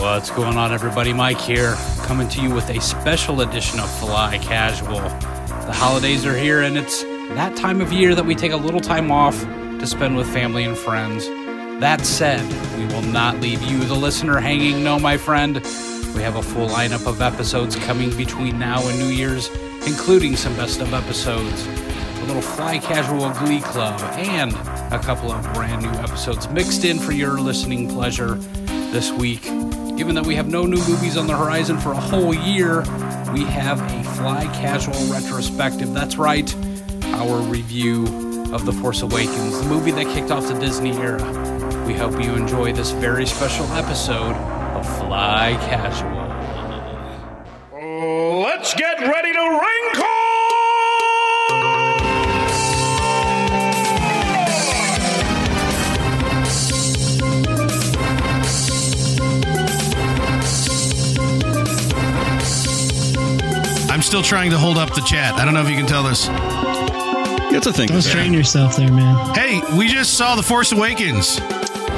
What's going on, everybody? Mike here, coming to you with a special edition of Fly Casual. The holidays are here, and it's that time of year that we take a little time off to spend with family and friends. That said, we will not leave you, the listener, hanging. No, my friend. We have a full lineup of episodes coming between now and New Year's, including some best of episodes, a little Fly Casual Glee Club, and a couple of brand new episodes mixed in for your listening pleasure this week. Given that we have no new movies on the horizon for a whole year, we have a Fly Casual retrospective. That's right, our review of The Force Awakens, the movie that kicked off the Disney era. We hope you enjoy this very special episode of Fly Casual. Let's get ready to wrinkle! I'm still trying to hold up the chat. I don't know if you can tell this. It's a thing. Don't strain yourself there, man. Hey, we just saw The Force Awakens.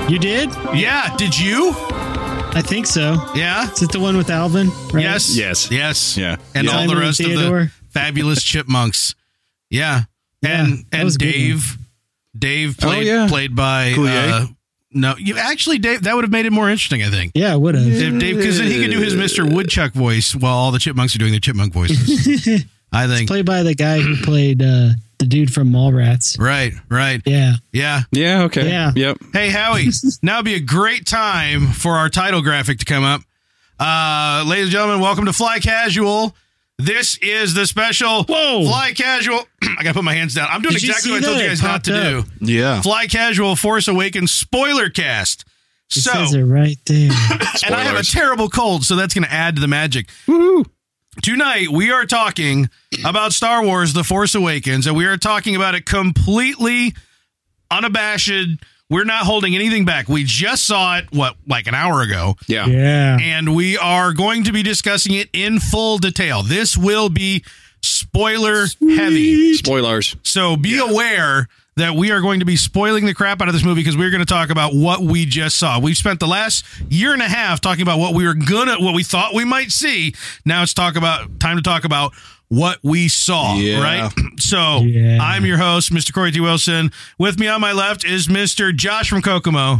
You did? Yeah, did you? I think so. Yeah. Is it the one with Alvin? Right? Yes. Yes. Yes. Yeah. And Yeah. all the Simon and rest of the Theodore. fabulous chipmunks. Yeah. Yeah, And that and was a good Dave. Dave Oh, played yeah. played by Coulier. uh, no, you actually Dave that would have made it more interesting, I think. Yeah, would have. If Dave because then he could do his Mr. Woodchuck voice while all the chipmunks are doing their chipmunk voices. I think. Played by the guy who played uh, the dude from Mallrats. Right, right. Yeah. Yeah. Yeah. Okay. Yeah. Yep. Hey Howie, now would be a great time for our title graphic to come up. Uh, ladies and gentlemen, welcome to Fly Casual. This is the special Whoa. Fly Casual. I gotta put my hands down. I'm doing Did you exactly what I see told that? you guys It not popped to up. do. Yeah. Fly Casual Force Awakens spoiler cast. It so, says it right and there. I have a Spoilers. terrible cold, so that's gonna add to the magic. Tonight we are talking about Star Wars: The Force Awakens, and we are talking about it completely unabashed. We're not holding anything back. We just saw it what like an hour ago, Yeah. yeah. and we are going to be discussing it in full detail. This will be spoiler heavy, Spoilers. so be aware that we are going to be spoiling the crap out of this movie because we're going to talk about what we just saw. We've spent the last year and a half talking about what we were gonna, what we thought we might see. Now it's talk about time to talk about what we saw. Yeah. Right. So Yeah. I'm your host, Mr. Corey T. Wilson. With me on my left is Mr. Josh from Kokomo.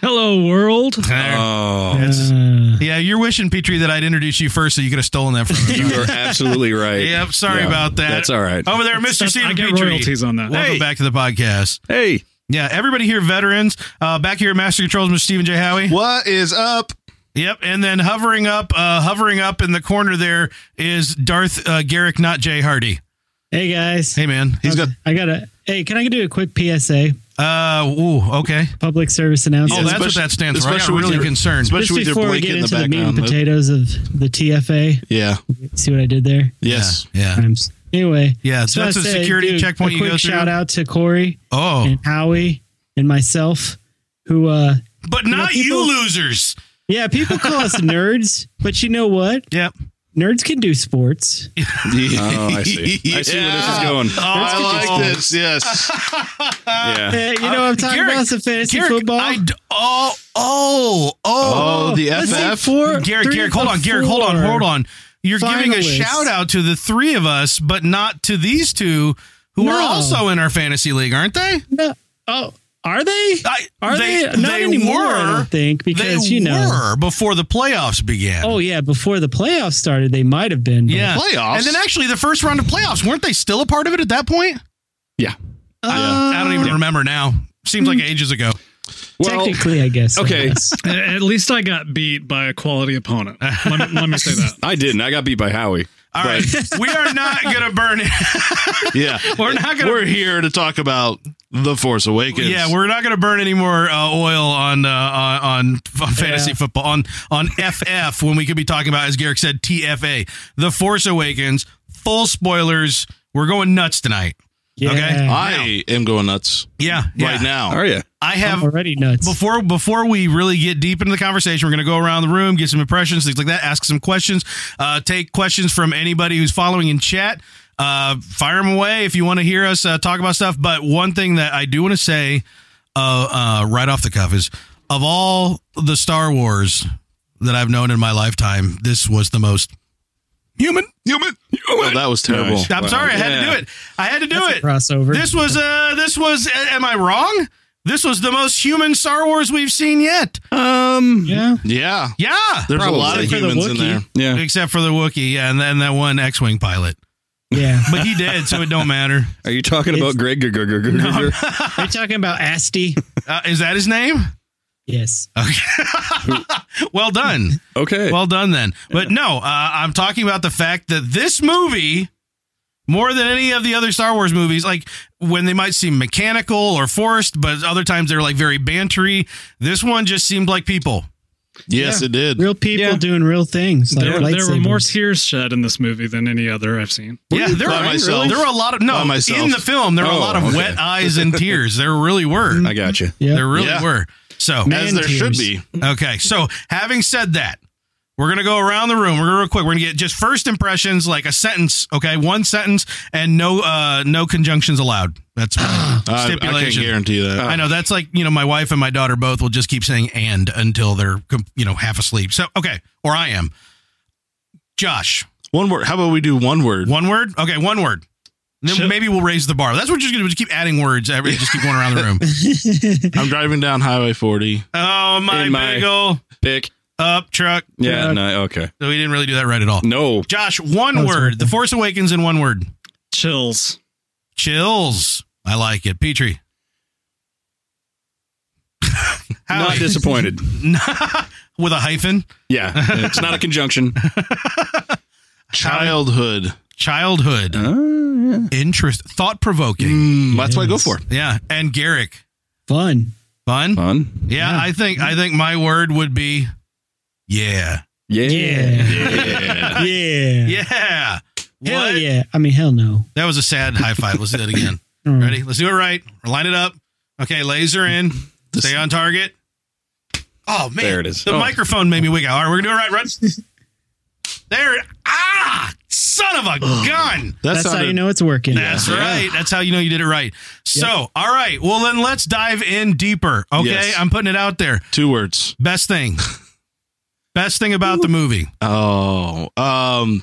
Hello, world. Uh. Oh, yeah, you're wishing Petrie that I'd introduce you first, so you could have stolen that from me. you are absolutely right. Yep, sorry Yeah. about that. That's all right. Over there, Mr. Stephen I get Petrie. royalties on that. Welcome Hey. back to the podcast. Hey. Yeah, everybody here, veterans. Uh, back here, at Master Controls, Mr. Stephen J. Howie. What is up? Yep, and then hovering up, uh, hovering up in the corner there is Darth uh, Garrick, not Jay Hardy. Hey, guys. Hey, man. He's got I got to. Hey, can I do a quick PSA? Uh, ooh, okay. Public Oh, service announcement. that's what especially- that stands for. I got especially with really your- concerned. especially Just with your before we blanket get in the into the, meat and background. potatoes of the TFA, yeah. see what I did there? Yes. Yeah. Times. Anyway, Yeah, just that's wanna a say, security dude, checkpoint A you quick go through. shout out to Corey Oh, and Howie and myself, who uh, but not you, people- losers. Yeah, people call us nerds, but you know what? Yep. Nerds can do sports. Oh, I see. I see where this is going. Oh, I like this. Yes. Yeah. Hey, you know what I'm talking Garrick- about? Some fantasy Garrick, football. I d- oh, oh, oh. Oh, the Let's say FF. Four, Garrick, three Garrick, hold of on, Garrick, hold on, four. hold on. You're giving a finalists. shout out to the three of us, but not to these two who are No. also in our fantasy league, aren't they? No. Oh, are they? I- Are they? Not anymore, I don't think, because, they you know. were before the playoffs began. Oh, yeah. Before the playoffs started, they might have been. but- yeah, Playoffs? And then actually, the first round of playoffs weren't they still a part of it at that point? Yeah. Uh, I don't even remember now. Seems hmm. like ages ago. Well, Technically, I guess. okay. I guess. At least I got beat by a quality opponent. Let me, let me say that. I didn't. I got beat by Howie. All right, we are not gonna burn it. Yeah. We're not gonna. We're here to talk about The Force Awakens. yeah, we're not gonna burn any more uh, oil on uh, on on fantasy football on on FF when we could be talking about, as Garrick said, TFA, The Force Awakens. Full spoilers. We're going nuts tonight. Yeah. Okay. I am going nuts Yeah, yeah. right now. Are you? I I'm have already nuts. before before we really get deep into the conversation, we're going to go around the room, get some impressions, things like that, ask some questions, uh, take questions from anybody who's following in chat. Uh, fire them away if you want to hear us uh, talk about stuff. But one thing that I do want to say uh, uh, right off the cuff is of all the Star Wars, that I've known in my lifetime, this was the most human. Human. Oh, that was terrible. Nice. I'm Wow. sorry, I had to Yeah. do it. I had to do That's it. a crossover. This was uh this was a- am I wrong? This was the most human Star Wars we've seen yet. Um. yeah. Yeah. Yeah. There's a lot of For the humans in Wookiee. there. Yeah. Except for the Wookiee, yeah, and then that one X Wing pilot. Yeah. But he dead, so it don't matter. Are you talking about It's- Greg? Greg, Greg, Greg, Greg, Greg? Are you talking about Asti? Uh, is that his name? Yes. Well done. Okay. Well done then. But no, uh, I'm talking about the fact that this movie, more than any of the other Star Wars movies, like when they might seem mechanical or forced, but other times they're like very bantery. This one just seemed like people. Yes, it did. Real people Yeah. doing real things. Like There, were- there were lightsabers. more tears shed in this movie than any other I've seen. yeah, there by were myself? there were a lot of no By myself? in the film. There were a Oh, lot of okay. wet eyes and tears. There really were. I got you. Yep. There really Yeah. were. So Mm-hmm. Man As there tears. should be. okay, so having said that. We're gonna go around the room. We're gonna real quick. We're gonna get just first impressions, like a sentence. Okay, one sentence, and no, uh, no conjunctions allowed. That's my I, I can't uh. stipulation. I, guarantee that. know that's like you know, my wife and my daughter both will just keep saying "and" until they're com- you know half asleep. So okay, or I am. Josh, One word. How about we do one word? one word. Okay, one word. And Then Chip. maybe we'll raise the bar. That's what you're gonna do. Just keep adding words. Every, just keep going around the room. I'm driving down Highway 40. oh my, In my- bagel Pick. up truck. Yeah. No. Okay. So we didn't really do that right at all. No. Josh, one That's word. right. The Force Awakens in one word. Chills. Chills. I like it. Petrie. Not Howie. disappointed. With a hyphen. Yeah. It's not a conjunction. Childhood. Oh, Childhood. Interest. Thought provoking. Mm, that's what I go for. Yeah. And Garrick. Fun. Fun. Fun. Yeah, I think I think my word would be Yeah. Yeah. Yeah. Yeah. Yeah. Yeah. Hell What? yeah. I mean, hell no. That was a sad high five. Let's do that again. Mm. Ready? Let's do it right. Line it up. Okay, laser in. Stay on target. Oh man, There it is. The Oh. microphone made me wig out. All right, we're gonna do it right. Run. there. it- Ah, son of a gun. That That's how sounded- you know it's working. That's right. That's how you know you did it right. So, all right. Well, then let's dive in deeper. Okay, Yes. I'm putting it out there. Two words. Best thing. Best thing about the movie. Oh, um,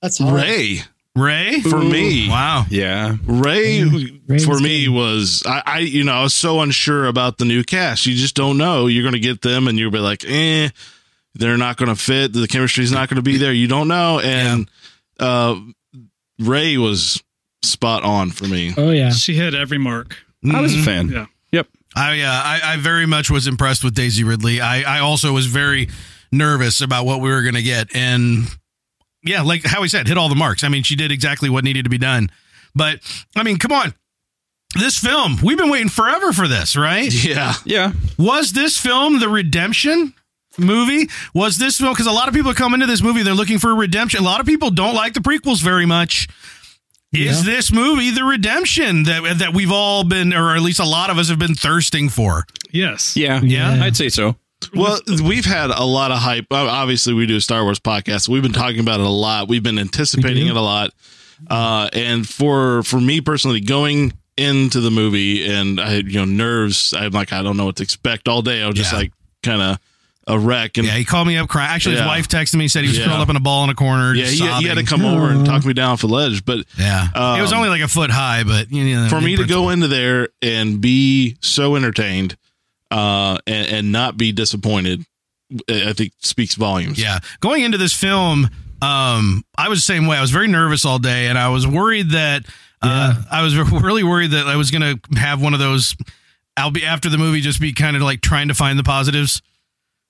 That's hard. Ray Ray. for me. Wow. Yeah. Ray Ray's for me good. was I, I you know I was so unsure about the new cast. You just don't know. You're gonna get them, and you'll be like, eh, they're not gonna fit. The chemistry's not gonna be there. You don't know. And uh, Ray was spot on for me. Mm-hmm. Oh yeah. She hit every mark. I was a fan. Yeah. I, uh, I I very much was impressed with Daisy Ridley. I, I also was very nervous about what we were going to get, and yeah, like how he said, hit all the marks. I mean, she did exactly what needed to be done. But I mean, come on, this film we've been waiting forever for this, right? Yeah, Yeah. Was this film the redemption? Movie was this film because a lot of people come into this movie, they're looking for a redemption. A lot of people don't like the prequels very much. Is Yeah. this movie the redemption that that we've all been, or at least a lot of us have been thirsting for? Yes. Yeah. Yeah. I'd say so. well, we've had a lot of hype. Ob- Obviously, we do a Star Wars podcast. We've been talking about it a lot. We've been anticipating We do. it a lot. Uh, and for for me personally, going into the movie and I had you know nerves. I'm like I don't know what to expect all day. I was just Yeah. like kind of a wreck. And Yeah, yeah, he called me up crying. Actually, Yeah. his wife texted me said he was Yeah. curled up in a ball in a corner. Yeah, he, he had to come over and talk me down off the ledge. But yeah. Um, it was only like a foot high, but you know, for me to go into there and be so entertained uh, and, and not be disappointed, uh, I I think speaks volumes. Yeah, going into this film, um, I was the same way. I was very nervous all day, and I was worried that uh, I was really worried that I was going to have one of those. I'll be after the movie, just be kind of like trying to find the positives.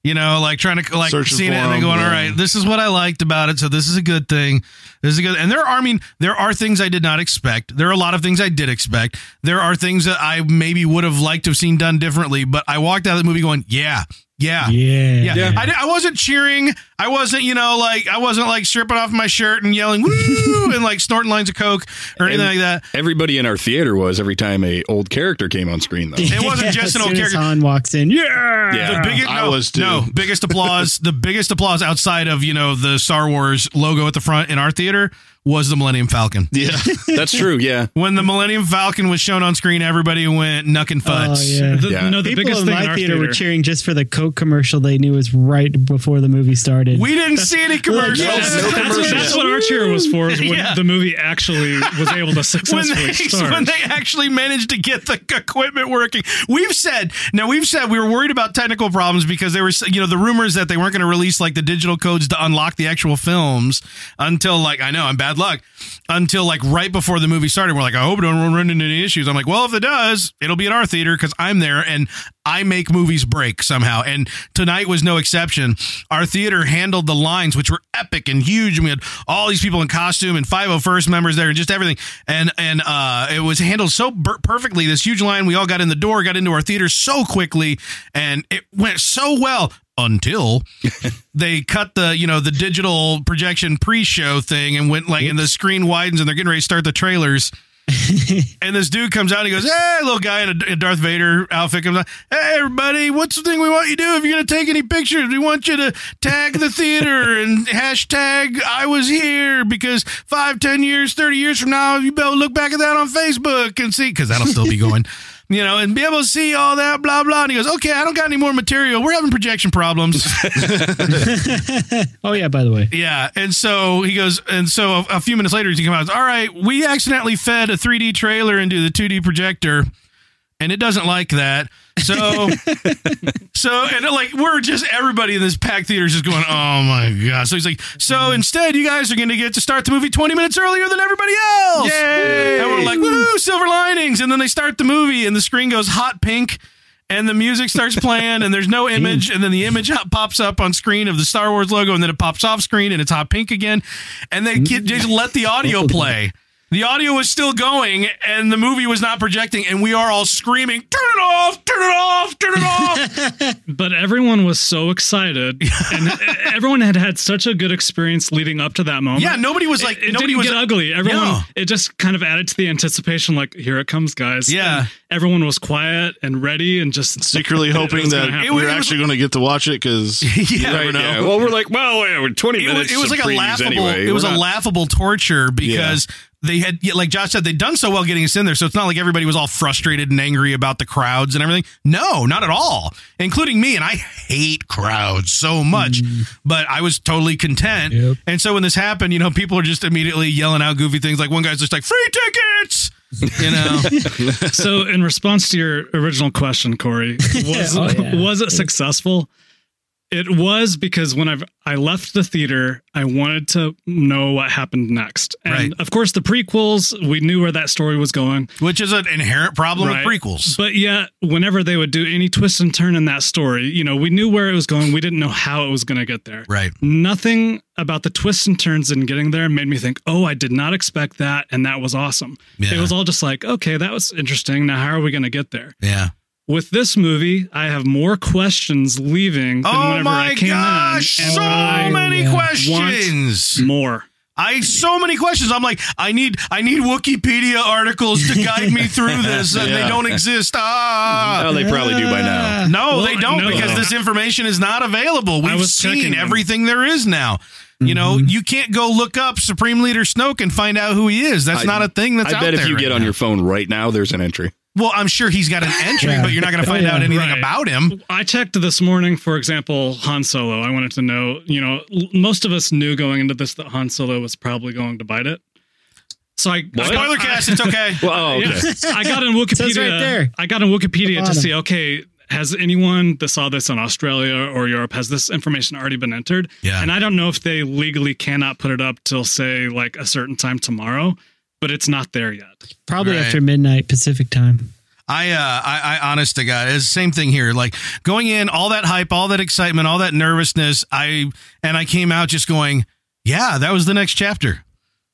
You know, like trying to like Searching seeing it for and then 'em, going, yeah. all right, this is what I liked about it. So this is a good thing. This is a good. And there are, I mean, there are things I did not expect. There are a lot of things I did expect. There are things that I maybe would have liked to have seen done differently. But I walked out of the movie going, yeah, yeah, Yeah. yeah, I, di- I wasn't cheering. I wasn't, you know, like I wasn't like stripping off my shirt and yelling woo and like snorting lines of coke or anything like that. Everybody in our theater was every time a old character came on screen though. It wasn't just an as old soon as character. Han walks in. Yeah. Yeah. The biggest, I no, was too. no biggest applause. the biggest applause outside of you know the Star Wars logo at the front in our theater was the Millennium Falcon. Yeah. That's true. Yeah. When the Millennium Falcon was shown on screen, everybody went nuck and Oh, fuds. yeah. The, Yeah. No, the People biggest in thing my in our theater, theater, were cheering just for the Coke commercial they knew was right before the movie started. We didn't see any commercials. That's, No that's, commercials. that's what our cheer was for. Is when Yeah. the movie actually was able to when successfully they, start. when they actually managed to get the equipment working. We've said now we've said we were worried about technical problems because there was you know the rumors that they weren't going to release like the digital codes to unlock the actual films until like I know I'm bad luck until like right before the movie started. We're like I hope no one run into any issues. I'm like well if it does it'll be at our theater because I'm there and I make movies break somehow and tonight was no exception. Our theater handled the lines which were epic and huge and we had all these people in costume and 501st members there and just everything and and uh, it was handled so per- perfectly. This huge line, we all got in the door, got into our theater so quickly, and it went so well until they cut the you know the digital projection pre-show thing and went like and the screen widens and they're getting ready to start the trailers. and this dude comes out and he goes, "Hey, little guy in a, a Darth Vader outfit comes out. Hey, everybody, what's the thing we want you to do? If you're gonna take any pictures, we want you to tag the theater and hashtag I was here because five, ten years, thirty years from now, you be able to look back at that on Facebook and see because that'll still be going." You know, and be able to see all that, blah, blah. And he goes, Okay, I don't got any more material. We're having projection problems. oh yeah, by the way, Yeah, and so he goes, and so a, a few minutes later he comes out. All right, we accidentally fed a 3D trailer into the 2D projector, and it doesn't like that. So, so and like we're just everybody in this packed theater is just going, oh my god. So he's like, so instead you guys are going to get to start the movie 20 minutes earlier than everybody else. Yay! And we're like, woo, silver linings. And then they start the movie, and the screen goes hot pink. And the music starts playing, and there's no image, and then the image hop- pops up on screen of the Star Wars logo, and then it pops off screen, and it's hot pink again. And they ki- just let the audio play. The audio was still going, and the movie was not projecting, and we are all screaming, "Turn it off! Turn it off! Turn it off!" But everyone was so excited, and everyone had had such a good experience leading up to that moment. yeah, nobody was like, it nobody didn't was get ugly. Everyone, No. it just kind of added to the anticipation. Like, here it comes, guys. Yeah. And everyone was quiet and ready, and just Secretly It hoping was that gonna happen. It was- we're it was- actually going to get to watch it because you Yeah, never Right, know. yeah. Well, we're like, well, yeah, we're 20 it minutes. was, it was of like a previews laughable Anyway. it was We're a not- laughable torture because they had yeah, like josh said they'd done so well getting us in there so it's not like everybody was all frustrated and angry about the crowds and everything no not at all including me and i hate crowds so much but i was totally content Yep. and so when this happened you know people are just immediately yelling out goofy things like one guy's just like free tickets you know so in response to your original question corey was, Oh, yeah. was it successful it was because when i've i left the theater i wanted to know what happened next and Right. of course the prequels we knew where that story was going which is an inherent problem with Right. prequels but yet whenever they would do any twist and turn in that story you know we knew where it was going we didn't know how it was going to get there right nothing about the twists and turns in getting there made me think, oh, I did not expect that. And that was awesome. Yeah. It was all just like, okay, that was interesting. Now, how are we going to get there? yeah With this movie, I have more questions leaving than oh whenever my I came gosh in. and so I many yeah. questions want more. I so many questions. I'm like, I need I need Wikipedia articles to guide me through this, and they Yeah. don't exist. Ah, Oh, they probably do by now. no, Well, they don't no, because no. this information is not available. We've was seen checking them. Mm-hmm. everything there is now. You know, you can't go look up Supreme Leader Snoke and find out who he is. That's I- not a thing that's I out bet there. if you right get on now. your phone right now, there's an entry. well, I'm sure he's got an entry, Yeah. but you're not going to Oh, find yeah, out anything right. about him. I checked this morning, for example, Han Solo. I wanted to know, you know, l- most of us knew going into this that Han Solo was probably going to bite it. So I, I got- Spoiler cast, it's okay. Well, oh, okay. Yeah. I got on Wikipedia. Says right there. I got on Wikipedia to bottom. see. Okay, has anyone that saw this in Australia or Europe has this information already been entered? Yeah. And I don't know if they legally cannot put it up till say like a certain time tomorrow, but it's not there yet. probably Right. after midnight Pacific time. I, uh, I, I, honest to God, it's the same thing here. Like going in, all that hype, all that excitement, all that nervousness. I and I came out just going, yeah, that was the next chapter.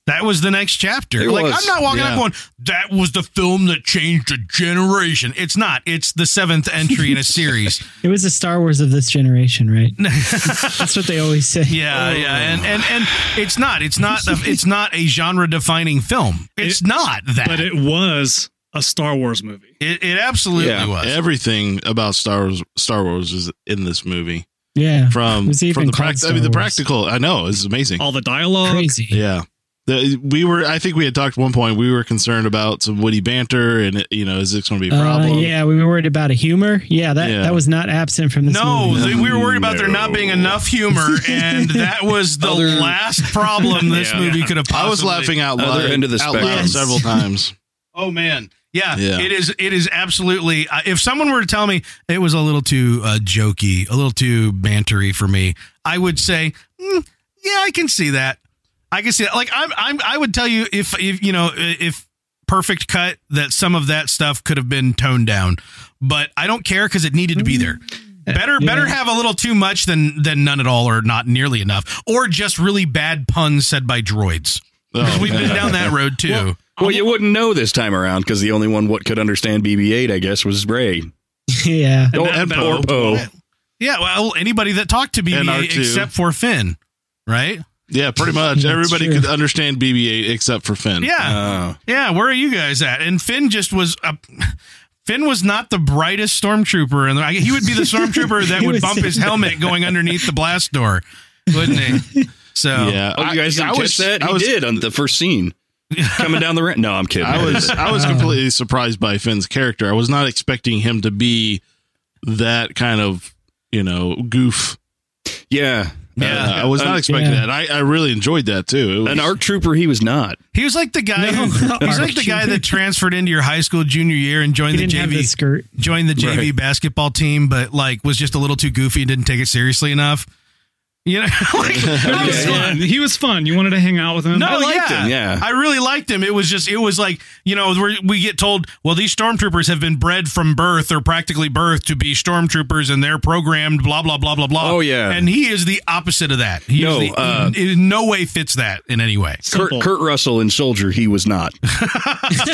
That was the next chapter. It like was, I'm not walking yeah. up going, that was the film that changed a generation. It's not. It's the seventh entry in a series. It was the Star Wars of this generation, right? That's what they always say. Yeah, Oh. yeah, and and and it's not. It's not. A, it's not a genre defining film. It's It- not that. But it, it was a Star Wars movie. it, absolutely Yeah, was. Everything about Star Wars, Star Wars is in this movie. yeah. From, Was it from even the called practical, I mean, the Star Wars? Oh. practical. I know it's amazing. All the dialogue. Crazy. Yeah, The, we were, I think we had talked at one point. We were concerned about some witty banter, and you know, is this going to be a Uh, problem? yeah, we were worried about a humor. Yeah, that, Yeah. that was not absent from this No, movie. they, we were worried about there not being enough humor, and that was the Other- last problem this Yeah. movie could have. Possibly. I was laughing out Other loud, end of the out loud spectrum. several times. Oh man, yeah, Yeah. it is. It is absolutely. Uh, if someone were to tell me it was a little too uh, jokey, a little too bantery for me, I would say, "Mm, yeah, I can see that. I can see that. Like I'm, I'm, I would tell you if, if you know, if perfect cut that some of that stuff could have been toned down, but I don't care because it needed to be there. Better, Yeah. better have a little too much than than none at all, or not nearly enough, or just really bad puns said by droids. 'Cause Oh, we've been man. down that road too. Well, you wouldn't know this time around because the only one what could understand BB-8, I guess, was Ray. yeah. Oh, that- and that- poor Poe. Yeah, well, anybody that talked to And BB-8 R2. except for Finn, right? Yeah, pretty much. That's Everybody true. could understand BB-8 except for Finn. Yeah, Oh. yeah. Where are you guys at? And Finn just was a. Finn was not the brightest stormtrooper, and he would be the stormtrooper that He would was- bump his helmet going underneath the blast door, wouldn't he? So yeah. Oh, you guys didn't I, I catch was, that? I He was, did on the first scene. Coming down the ramp. No, I'm kidding. I was, I was completely surprised by Finn's character. I was not expecting him to be that kind of, you know, goof. Yeah. Yeah. Uh, I was not An- expecting Yeah. that. I, I really enjoyed that too. It was- An ARC trooper, he was not. he was like the guy. No, who, he's like the guy that transferred into your high school junior year and He joined the didn't have the JV skirt. joined the JV basketball team, but like was just a little too goofy and didn't take it seriously enough. You know, like, I was He was like, fun. He was fun. You wanted to hang out with him. No, I liked yeah. him, yeah. I really liked him. It was just, it was like, you know, we we get told, well, these stormtroopers have been bred from birth or practically birth to be stormtroopers, and they're programmed, blah blah blah blah blah. Oh, yeah. and he is the opposite of that. He No, is the, uh, he in no way fits that in any way. Kurt, Simple. Kurt Russell in Soldier, he was not. There's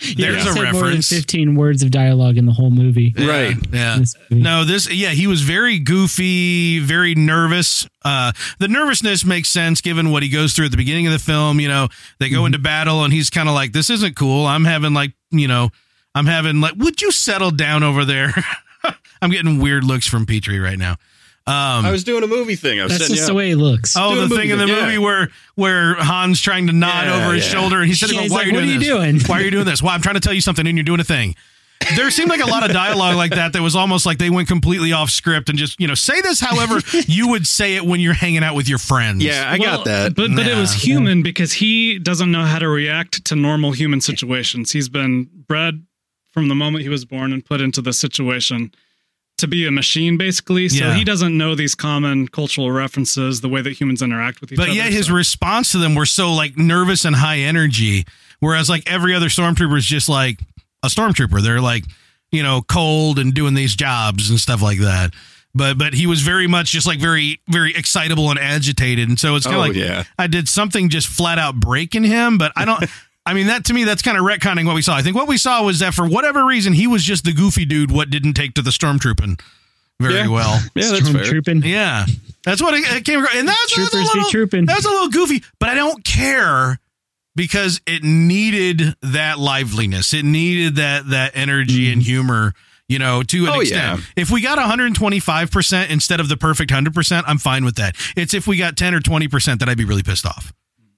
He a said More than reference. 15 words of dialogue in the whole movie. Right. Yeah. This movie. No, this yeah, he was very goofy, very nervous. Uh the nervousness makes sense given what he goes through at the beginning of the film, you know, they go into battle and he's kind of like this isn't cool. I'm having like, you know, I'm having like would you settle down over there? I'm getting weird looks from Petrie right now. Um I was doing a movie thing. I was That's setting just the you up. way he looks. Oh, doing the a thing in the movie, yeah. movie where where Han's trying to nod Yeah, over his yeah. shoulder and he's sitting Yeah, there he's "Why like, are "What you are doing you this? doing?" Why are you doing this? Why I'm trying to tell you something and you're doing a thing." There seemed like a lot of dialogue like that that was almost like they went completely off script and just you know say this however you would say it when you're hanging out with your friends. Yeah, I Well, got that. But but it was Nah. human because he doesn't know how to react to normal human situations. He's been bred from the moment he was born and put into the situation to be a machine basically. So Yeah. he doesn't know these common cultural references, the way that humans interact with each but other. yet his so- response to them were so like nervous and high energy, whereas like every other stormtrooper is just like a stormtrooper. They're like you know cold and doing these jobs and stuff like that. But but he was very much just like very very excitable and agitated, and so it's kind Oh, of like yeah. I did something just flat out breaking him, but I don't. I mean, that to me, that's kind of retconning what we saw. I think what we saw was that for whatever reason, he was just the goofy dude. What didn't take to the stormtrooping very Yeah. well. Yeah, that's fair. Trooping. Yeah, that's what it, it came across, and that's that's a Mm-hmm. Troopers be little, trooping. that's a little goofy, but I don't care because it needed that liveliness. It needed that that energy Mm-hmm. and humor, you know, to an Oh, extent. If we got 125% instead of the perfect 100%, I'm fine with that. It's if we got 10 or 20% that I'd be really pissed off.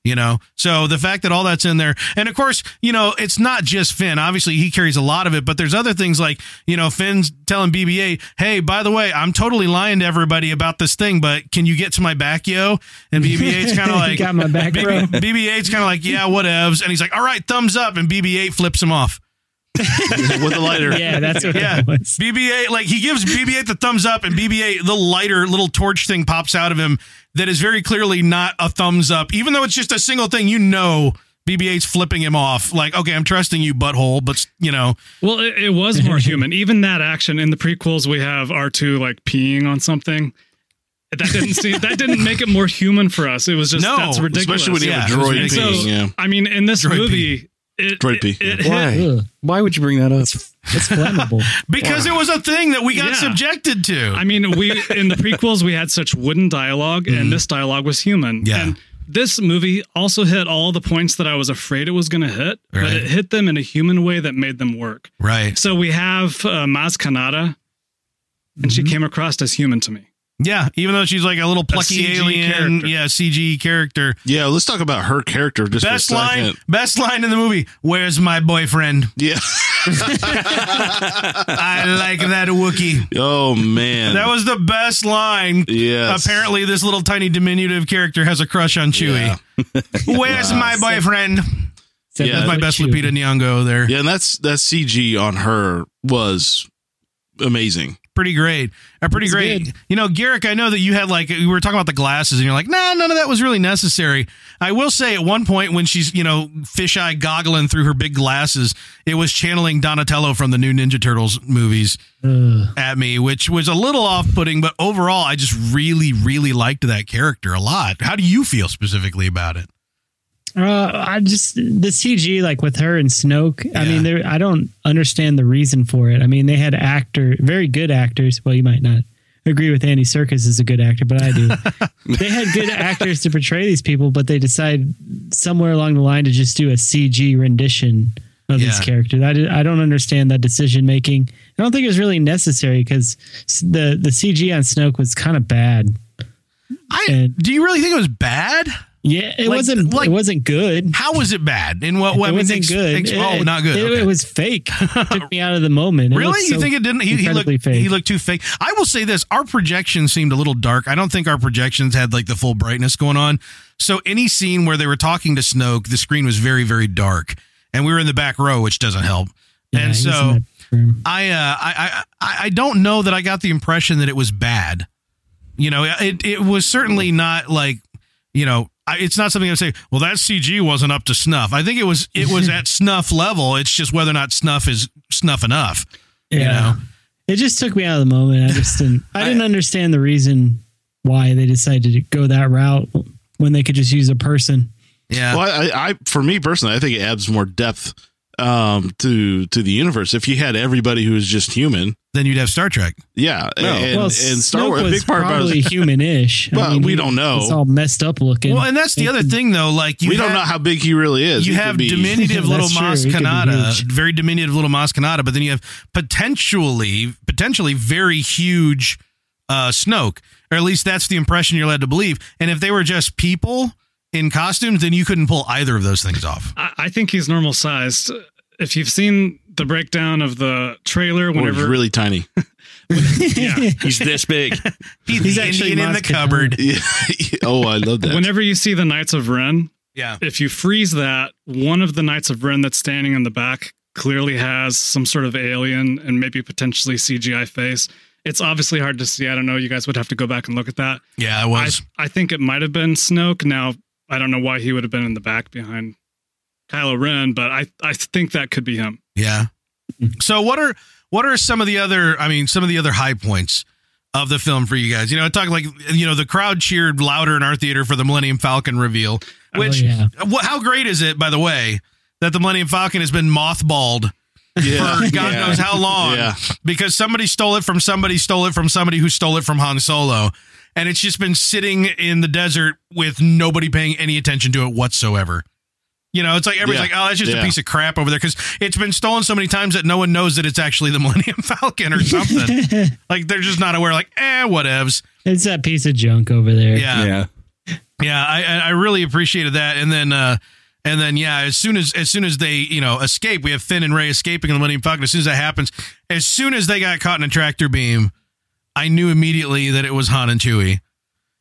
You know, so the fact that all that's in there, and of course, you know, it's not just Finn. Obviously, he carries a lot of it, but there's other things like, you know, Finn's telling BBA, hey, by the way, I'm totally lying to everybody about this thing, but can you get to my back, yo? And BB8's kind of like, got my back, bro. BB 8's kind of like, yeah, whatevs. And he's like, all right, thumbs up. And BB 8 flips him off. with the lighter. Yeah, that's what Yeah. that was. BB 8, like, he gives BB 8 the thumbs up, and BB 8, the lighter little torch thing pops out of him that is very clearly not a thumbs up. Even though it's just a single thing, you know. BB 8's flipping him off. Like, okay, I'm trusting you, butthole, but, you know, Well, it, it was more human. Even that action in the prequels, we have R2 like peeing on something. That didn't see that didn't make it more human for us. It was just No, that's ridiculous. Especially when you Yeah, have a droid And so, peeing. yeah. I mean, in this Droid movie, it, Droid pee. it- it hit- Why? Ugh, Why would you bring that up? it's flammable. because it was a thing that we got Yeah. subjected to. I mean, we in the prequels we had such wooden dialog and this dialogue was human. Yeah. And this movie also hit all the points that I was afraid it was going to hit, but Right. it hit them in a human way that made them work. right. So we have uh, Maz Kanata, and she came across as human to me. Yeah, even though she's like a little plucky CG alien, character. yeah, CG character. Yeah, let's talk about her character. Just Best for a second. line, best line in the movie. Where's my boyfriend? Yeah. I like that Wookie. Oh man. That was the best line. Yes. Apparently, this little tiny diminutive character has a crush on Chewie. Where's my boyfriend? Except that's Yeah, That's my what best you- Lupita Nyong'o there. Yeah, and that's that CG on her was amazing. Pretty great. Uh, pretty It's great. good. You know, Garrick, I know that you had like we were talking about the glasses, and you're like, no, none of that was really necessary. I will say, at one point when she's you know fisheye goggling through her big glasses, it was channeling Donatello from the new Ninja Turtles movies. Ugh. at me, which was a little off putting, but overall, I just really, really liked that character a lot. How do you feel specifically about it? Uh, I just the CG like with her and Snoke. I Yeah. mean, there I don't understand the reason for it. I mean, they had actor, very good actors. Well, you might not agree with Andy Serkis is a good actor, but I do. they had good actors to portray these people, but they decide somewhere along the line to just do a CG rendition of this Yeah. character. That is, I don't understand that decision making. I don't think it was really necessary because the the CG on Snoke was kind of bad. I And- do you really think it was bad? Yeah, it Like- wasn't like- it wasn't good. How was it bad? In what way? it I mean, wasn't ex- good. ex- It- oh, it- not good. It, Okay. it was fake. It took me out of the moment. It Really? looked you so think it didn't? He, he looked. incredibly fake. He looked too fake. I will say this: our projections seemed a little dark. I don't think our projections had like the full brightness going on. So any scene where they were talking to Snoke, the screen was very, very dark, and we were in the back row, which doesn't help. Yeah, and he was in so that room. I, uh, I, I, I don't know that I got the impression that it was bad. You know, it, it was certainly not like, you know, I, it's not something I would say, well, that CG wasn't up to snuff. I think it was, it was at snuff level. It's just whether or not snuff is snuff enough. yeah. know. It just took me out of the moment. I just didn't. I didn't understand the reason why they decided to go that route when they could just use a person. Yeah. Well, I, I, I for me personally, I think it adds more depth um to to the universe if you had everybody who is just human. Then you'd have Star Trek. Yeah, and, and, well, Star Snoke Wars. A was big part about probably it is human-ish. I Well, mean, we he- don't know. It's all messed up looking. Well, and that's the other thing though. Like you we don't have- know how big he really is. You He could have be- diminutive Yeah, little that's true. It could be Mascanata, huge. very diminutive little Mascanata, but then you have potentially, potentially very huge uh, Snoke, or at least that's the impression you're led to believe. And if they were just people in costumes, then you couldn't pull either of those things off. I, I think he's normal sized. If you've seen the breakdown of the trailer, Or oh, he's whenever really tiny. yeah, He's this big. He's the actually Indian in the Maz Kanata. cupboard. Yeah. oh, I love that. whenever you see the Knights of Ren, Yeah. if you freeze that, one of the Knights of Ren that's standing in the back clearly has some sort of alien and maybe potentially CGI face. It's obviously hard to see. I don't know. You guys would have to go back and look at that. Yeah, it I, was. I think it might have been Snoke. Now, I don't know why he would have been in the back behind Kylo Ren, but I, I think that could be him. yeah. So what are what are some of the other I mean, some of the other high points of the film for you guys? You know, I talk like you know, the crowd cheered louder in our theater for the Millennium Falcon reveal, which oh, yeah. Wha- how great is it, by the way, that the Millennium Falcon has been mothballed yeah. for God Yeah. knows how long Yeah. because somebody stole it from somebody, stole it from somebody who stole it from Han Solo. And it's just been sitting in the desert with nobody paying any attention to it whatsoever. You know, it's like everybody's Yeah. like, oh, that's just a Yeah. piece of crap over there because it's been stolen so many times that no one knows that it's actually the Millennium Falcon or something. like they're just not aware, like, eh, whatevs. it's that piece of junk over there. Yeah. yeah. Yeah, I I- I really appreciated that, and then uh, and then yeah, as soon as as soon as they you know escape, we have Finn and Ray escaping in the Millennium Falcon. As soon as that happens, as soon as they got caught in a tractor beam, I knew immediately that it was Han and Chewie.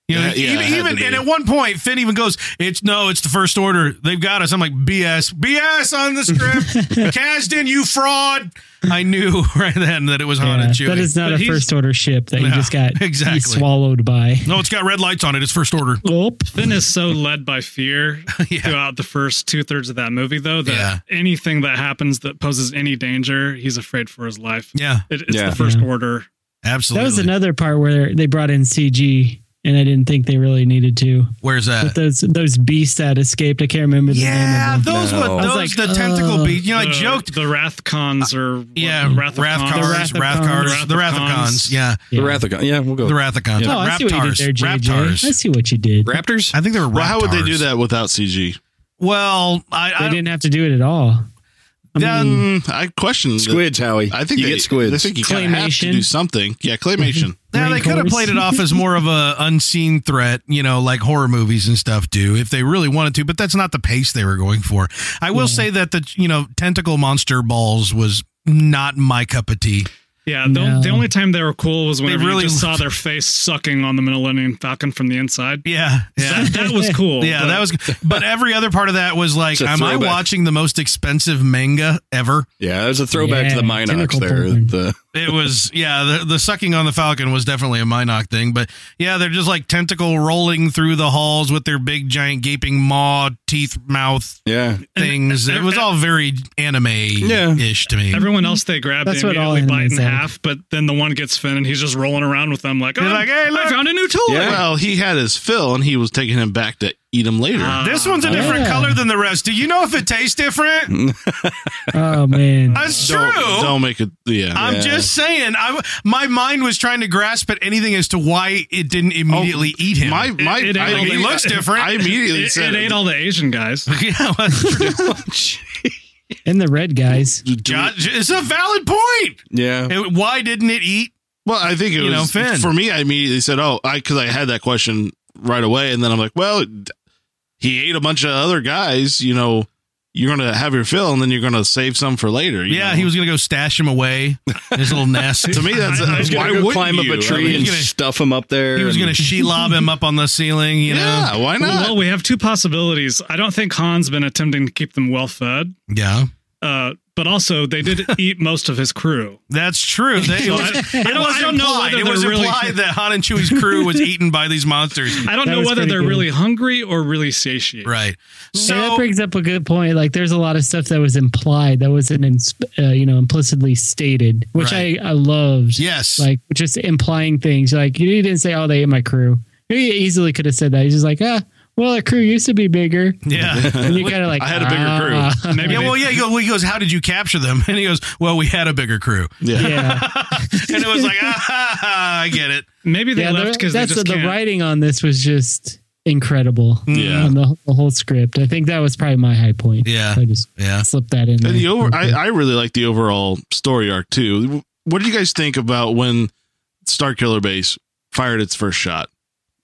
You know, Yeah, yeah, it even, had to even be. and at one point, Finn even goes, "It's no, it's the first order. They've got us." I'm like, "BS, BS on the script, Kasdan, you fraud." I knew right then that it was Han Yeah, and Chewie. that is not But a he's- first order ship that No, you just got exactly. swallowed by. no, it's got red lights on it. It's first order. Gulp. Finn is so led by fear Yeah. throughout the first two thirds of that movie, though, that Yeah. anything that happens that poses any danger, he's afraid for his life. Yeah, It, it's Yeah. the first Yeah. order. absolutely. That was another part where they brought in CG, and I didn't think they really needed to. Where's that? But those those beasts that escaped, I can't remember the Yeah, name of them. those No. I were was those like, the uh, tentacle beasts. You know, I the, joked. Uh, The Rathcons or what- Yeah, Rathacons. Rathcars, The Rathcars, Rathacons. the Rathacons. Yeah, The Rathacon. Yeah, we'll go. the Rathacons. Oh, I see what you Raptars. did there, JJ. I Raptars. see what you did. Raptors? I think they were. Raptars. Well, how would they do that without CG? Well, I, They I didn't have to do it at all. I mean, Then I question the- Squids, Howie. I think you they, get squids. They think you kind of have to Claymation. do something. Yeah, Mm-hmm. claymation. Yeah, they could have Rancors. played it off as more of a unseen threat, you know, like horror movies and stuff do, if they really wanted to. But that's not the pace they were going for. I will say that the you know tentacle monster balls was not my cup of tea. Yeah, the, No. the only time they were cool was when really you just saw looked- their face sucking on the Millennium Falcon from the inside. Yeah, yeah. That, that was cool. Yeah, but that was. But every other part of that was like, It's a am I throwback. watching the most expensive manga ever? yeah, there's a throwback to the Yeah, Minox tentacle there. porn. The It was. Yeah, the, the sucking on the Falcon was definitely a Minoc thing. But yeah, they're just like tentacle rolling through the halls with their big giant gaping maw, teeth, mouth yeah, things. It was all very anime ish to me. Everyone else they grab, That's they what all immediately bite in animes are. half, but then the one gets Finn and he's just rolling around with them like, oh, like, "Hey, look." I found a new tool. Yeah. Well, he had his fill, and he was taking him back to eat him later. Ah. This one's a different Yeah. color than the rest. Do you know if it tastes Mm, different? oh man, That's true. don't, don't make it. Yeah, I'm Yeah. just saying. I w- my mind was trying to grasp at anything as to why it didn't immediately Oh, eat him. my my. it I, ain't- he it- looks different. I immediately It, said, it ate all the Asian guys. yeah, well, and the red guys. John, it's a valid point. yeah. It- why didn't it eat? Well, I think it You was know, Finn. for me. I immediately said, "Oh, I," because I had that question right away, and then I'm like, "Well, d- he ate a bunch of other guys. You know, you're gonna have your fill, and then you're gonna save some for later." you Yeah, know? he was gonna go stash him away in his little nest. To me, that's I- I was He's why gonna go wouldn't climb you? up a I tree mean, and gonna- stuff him up there. he was and- gonna she lob him up on the ceiling. You know? yeah, why not? Well, we have two possibilities. I don't think Han's been attempting to keep them well fed, Yeah, uh, but also they did eat most of his crew. that's true. They- it So was, I- it I don't- was I don't know implied. whether It was they're really- implied that Han and Chewie's crew was eaten by these monsters. I don't That know was whether pretty they're good. really hungry or really satiated. Right. So that So brings up a good point. Like, there's a lot of stuff that was implied that wasn't, ins- uh, you know, implicitly stated, which Right. I I loved. yes, like just implying things. Like he didn't say, "Oh, they ate my crew." He easily could have said that. He's just like, "Ah, well, our crew used to be bigger." yeah. And you kind of like, I had a bigger "Ah." Maybe Yeah, they- well, yeah. He goes, well, he goes, "How did you capture them?" And he goes, "Well, we had a bigger crew," yeah. yeah, and it was like, ah, ha, ha, "I get it." Maybe they yeah. left the, because they that's just the, the can't. writing on this was just incredible. Yeah. on the, the whole script. I think that was probably my high point. Yeah. I just Yeah. slipped that in. And there. the over, I, I really like the overall story arc too. What did you guys think about when Star Killer Base fired its first shot?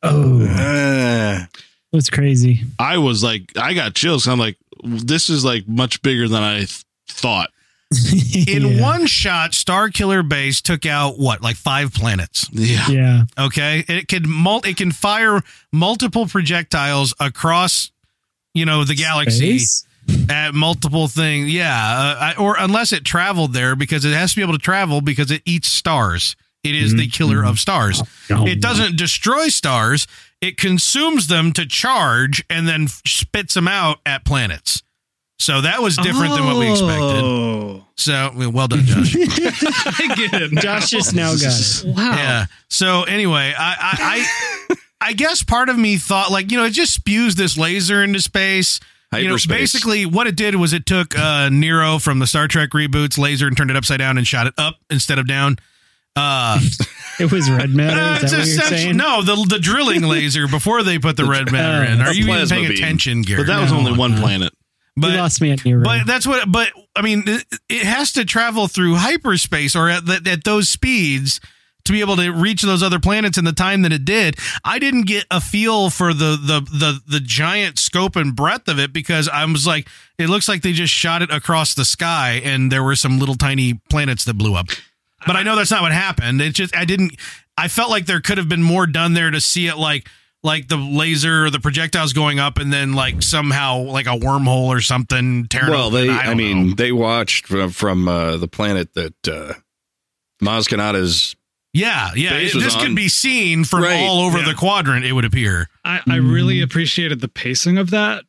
oh, it Uh, was crazy. I was like, I got chills. I'm like, this is like much bigger than I th- thought. In yeah. one shot, Star Killer Base took out what, like five planets. Yeah. yeah, Okay, it could mul- it can fire multiple projectiles across, you know, the galaxy Space? at multiple things. Yeah, uh, I, or unless it traveled there because it has to be able to travel because it eats stars. It is the killer of stars. It doesn't destroy stars. It consumes them to charge and then f- spits them out at planets. So that was different than what we expected. Oh, So well, well done, Josh. I get it. now. Josh just now got it. Wow. Oh. Yeah. So anyway, I I, I, I guess part of me thought like you know it just spews this laser into space. You know, Hyperspace. basically what it did was it took uh, Nero from the Star Trek reboots laser and turned it upside down and shot it up instead of down. Uh, It was red matter. that's Is that what you're essential- saying? no, the the drilling laser before they put the red matter in. uh, Are you even plasma paying beam. attention, Gary? But that was No. only one planet. you But lost me at Nero. but that's what. But I mean, it, it has to travel through hyperspace or at, th- at those speeds to be able to reach those other planets in the time that it did. I didn't get a feel for the the the the giant scope and breadth of it because I was like, it looks like they just shot it across the sky and there were some little tiny planets that blew up. But I know that's not what happened. It just I didn't. I felt like there could have been more done there to see it like like the laser or the projectiles going up and then like somehow like a wormhole or something tearing well, open. they. don't I, mean, know. they watched from, from uh, the planet that uh, Maz Kanata's. yeah, yeah. Base it- was this could on- be seen from Right, all over the quadrant. It would appear. I, I really appreciated the pacing of that.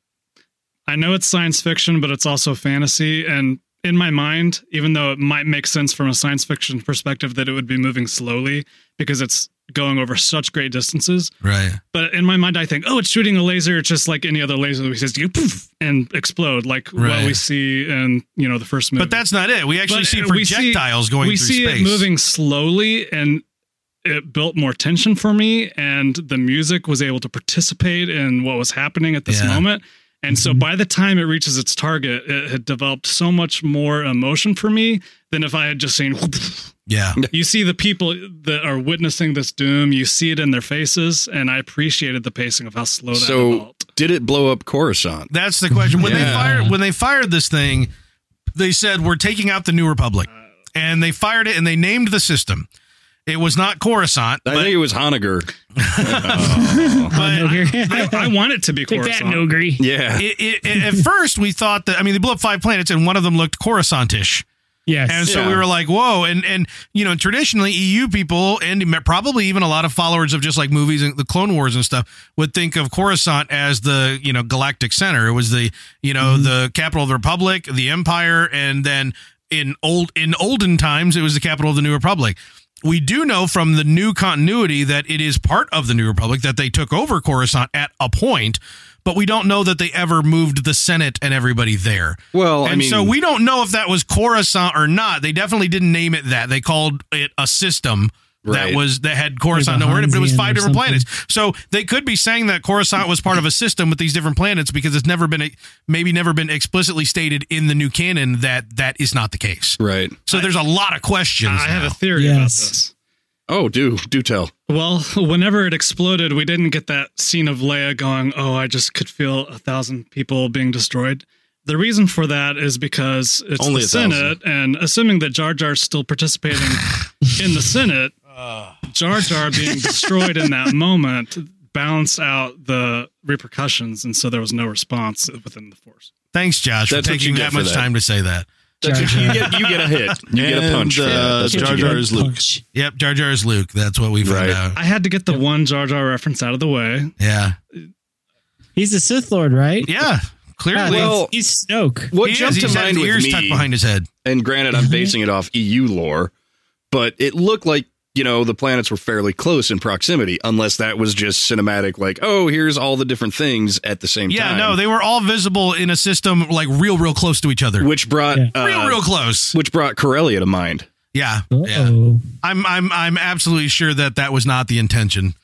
I know it's science fiction, but it's also fantasy. And in my mind, even though it might make sense from a science fiction perspective that it would be moving slowly because it's going over such great distances, Right. but in my mind, I think, oh, it's shooting a laser. It's just like any other laser that we see, you poof, and explode, like Right. what we see in you know the first movie. But that's not it. We actually But see we see- projectiles going we through see space. it moving slowly and it built more tension for me and the music was able to participate in what was happening at this Yeah. Mm-hmm. moment And so by the time it reaches its target, it had developed so much more emotion for me than if I had just seen. Yeah. You see the people that are witnessing this doom, you see it in their faces, and I appreciated the pacing of how slow that So developed. did it blow up Coruscant? That's the question. When they Yeah. fired when they fired this thing, they said we're taking out the New Republic, and they fired it and they named the system. It was not Coruscant, I but think it was Honegger. but I, I want it to be Take that, Coruscant. Nogri. Yeah. it, it, it- at first we thought that I mean they blew up five planets and one of them looked Coruscantish, Yes. and so Yeah. we were like, whoa! And and you know traditionally EU people and probably even a lot of followers of just like movies and the Clone Wars and stuff would think of Coruscant as the you know galactic center. It was the you know Mm-hmm. the capital of the Republic, the Empire, and then in old in olden times it was the capital of the New Republic. We do know from the new continuity that it is part of the New Republic that they took over Coruscant at a point, but we don't know that they ever moved the Senate and everybody there. Well, and I mean, so we don't know if that was Coruscant or not. They definitely didn't name it that. They called it a system that Right. was that had Coruscant Like a nowhere in it, but it was Hansean five or different something. planets. So they could be saying that Coruscant was part of a system with these different planets because it's never been maybe never been explicitly stated in the new canon that that is not the case. right. So there's a lot of questions. I have now. a theory about Yes. this. Oh, do do tell. Well, whenever it exploded, we didn't get that scene of Leia going, Oh, I just could feel a thousand people being destroyed. The reason for that is because it's Only the a thousand. Senate, and assuming that Jar Jar's still participating in the Senate, Ah. Jar Jar being destroyed in that moment balanced out the repercussions, and so there was no response within the force. Thanks, Josh, for That's what you taking get that for much that. time to say that. You get, you get a hit. You get a And, punch. for that. uh, That's what Jar you Jar get. is Luke. Punch. Yep, Jar Jar is Luke. That's what we found Right. out. I had to get the one Jar Jar reference out of the way. Yeah, He's a Sith Lord, right? yeah. God, Clearly, Well- he's Snoke. What he is. jumped He's to had mind his with ears tucked me, behind his head. and granted, Mm-hmm. I'm basing it off EU lore, but it looked like you know the planets were fairly close in proximity, unless that was just cinematic. Like, oh, here's all the different things at the same Yeah, time. no, they were all visible in a system like real, real close to each other. which brought Yeah. uh, real, real close. which brought Corellia to mind. Yeah, yeah. Oh, I'm, I'm, I'm absolutely sure that that was not the intention.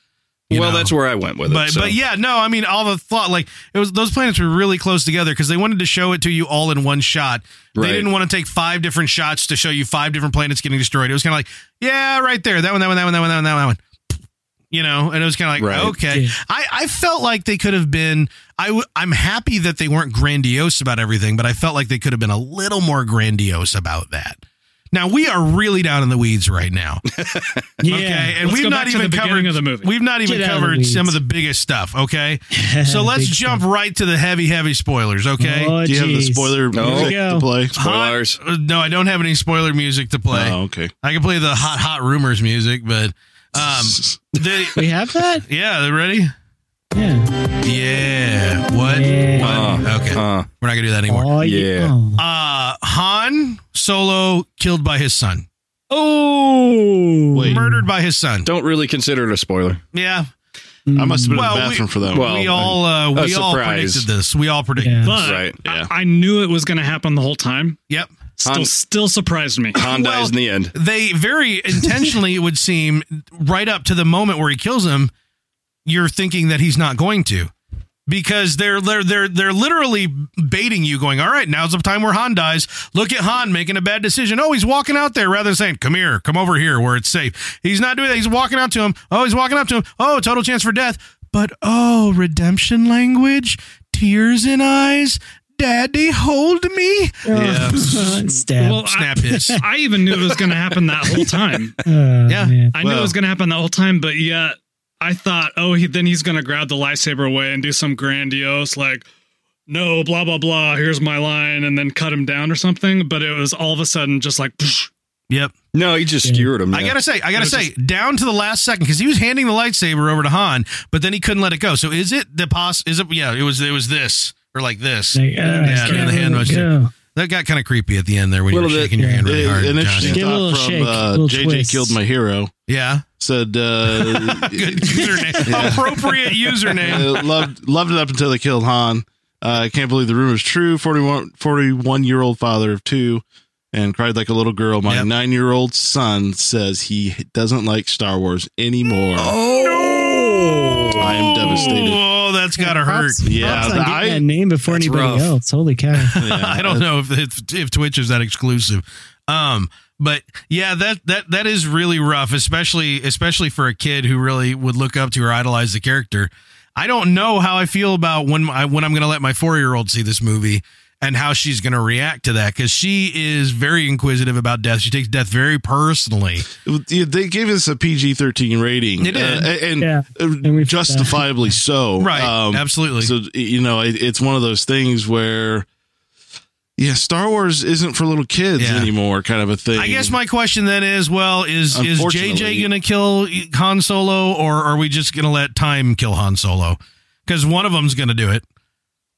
you well, know? that's where I went with it. But, so. but yeah, no, I mean, all the thought, like it was those planets were really close together because they wanted to show it to you all in one shot. They Right. didn't want to take five different shots to show you five different planets getting destroyed. It was kind of like, yeah, right there, that one, that one, that one, that one, that one, that one. You know, and it was kind of like, Right. okay, Yeah. I, I felt like they could have been. I w- I'm happy that they weren't grandiose about everything, but I felt like they could have been a little more grandiose about that. Now we are really down in the weeds right now. yeah. Okay, and Let's we've go not back to even the covered beginning of the movie. We've not even Get out of the covered weeds. some of the biggest stuff. Okay, so let's Big jump stuff. right to the heavy, heavy spoilers. Okay, Oh, Do you have the jeez. spoiler No. music Here we go. to play? Spoilers. Hot- uh, no, I don't have any spoiler music to play. Oh, okay. I can play the hot, hot rumors music, but um, the, We have that? yeah, they ready? Yeah. Yeah, what? Yeah. What? Uh, okay, uh, we're not gonna do that anymore. Oh, Yeah. yeah. Uh, Han Solo killed by his son, Oh. Wait. murdered by his son. don't really consider it a spoiler. Yeah, hmm. I must have been Well, in we- the bathroom for that Well, one. we all uh, we all surprise. predicted this. We all predicted. Yeah. But Right, yeah. I, I knew it was going to happen the whole time. Yep. Still, Han- still surprised me. Han dies in the end. they very intentionally it would seem right up to the moment where he kills him you're thinking that he's not going to because they're they're they're they're literally baiting you going all right now's the time where han dies look at han making a bad decision oh he's walking out there rather than saying come here come over here where it's safe he's not doing that he's walking out to him oh he's walking up to him oh total chance for death but oh redemption language tears in eyes daddy hold me Yeah. Stab. Well, I- snap his I even knew it was going to happen that whole time. Oh, Yeah. man. I knew it was going to happen that whole time, but yet I thought, oh, he, then he's going to grab the lightsaber away and do some grandiose, like, no, blah, blah, blah, here's my line, and then cut him down or something. But it was all of a sudden just like, psh, yep No, he just skewered him. I yeah. gotta say, I gotta was say, down to the last second because he was handing the lightsaber over to Han, but then he couldn't let it go. So is it the pos? Is it yeah? It was it was this or like this. Like, uh, Yeah, yeah, the hand let it motion. go. That got kind of creepy at the end there when you were Little bit. shaking your hand really Uh, hard. An John. interesting Give it a thought little from shake, uh, little JJ twist. killed my hero. Yeah, Said uh, good username, appropriate username. uh, loved loved it up until they killed Han. Uh, I can't believe the rumor is true. 41, 41 year old father of two, and cried like a little girl. My Yep. nine year old son says he doesn't like Star Wars anymore. Oh, I am devastated. Oh, that's that's gotta hurt. Props- Yeah, props on getting I- that name before that's anybody rough. else. Holy cow! I don't know if, if if Twitch is that exclusive. Um, but yeah, that that that is really rough, especially especially for a kid who really would look up to or idolize the character. I don't know how I feel about when I when I'm going to let my four year old see this movie and how she's going to react to that because she is very inquisitive about death. She takes death very personally. Yeah, Uh, they gave us a PG thirteen rating, They did. uh, and Yeah, uh, and we- justifiably so. Right, Um, absolutely. So you know, it, it's one of those things where, yeah, Star Wars isn't for little kids Yeah. anymore, kind of a thing. I guess my question then is, well, is is JJ Unfortunately- going to kill Han Solo, or are we just going to let time kill Han Solo? Because one of them's going to do it.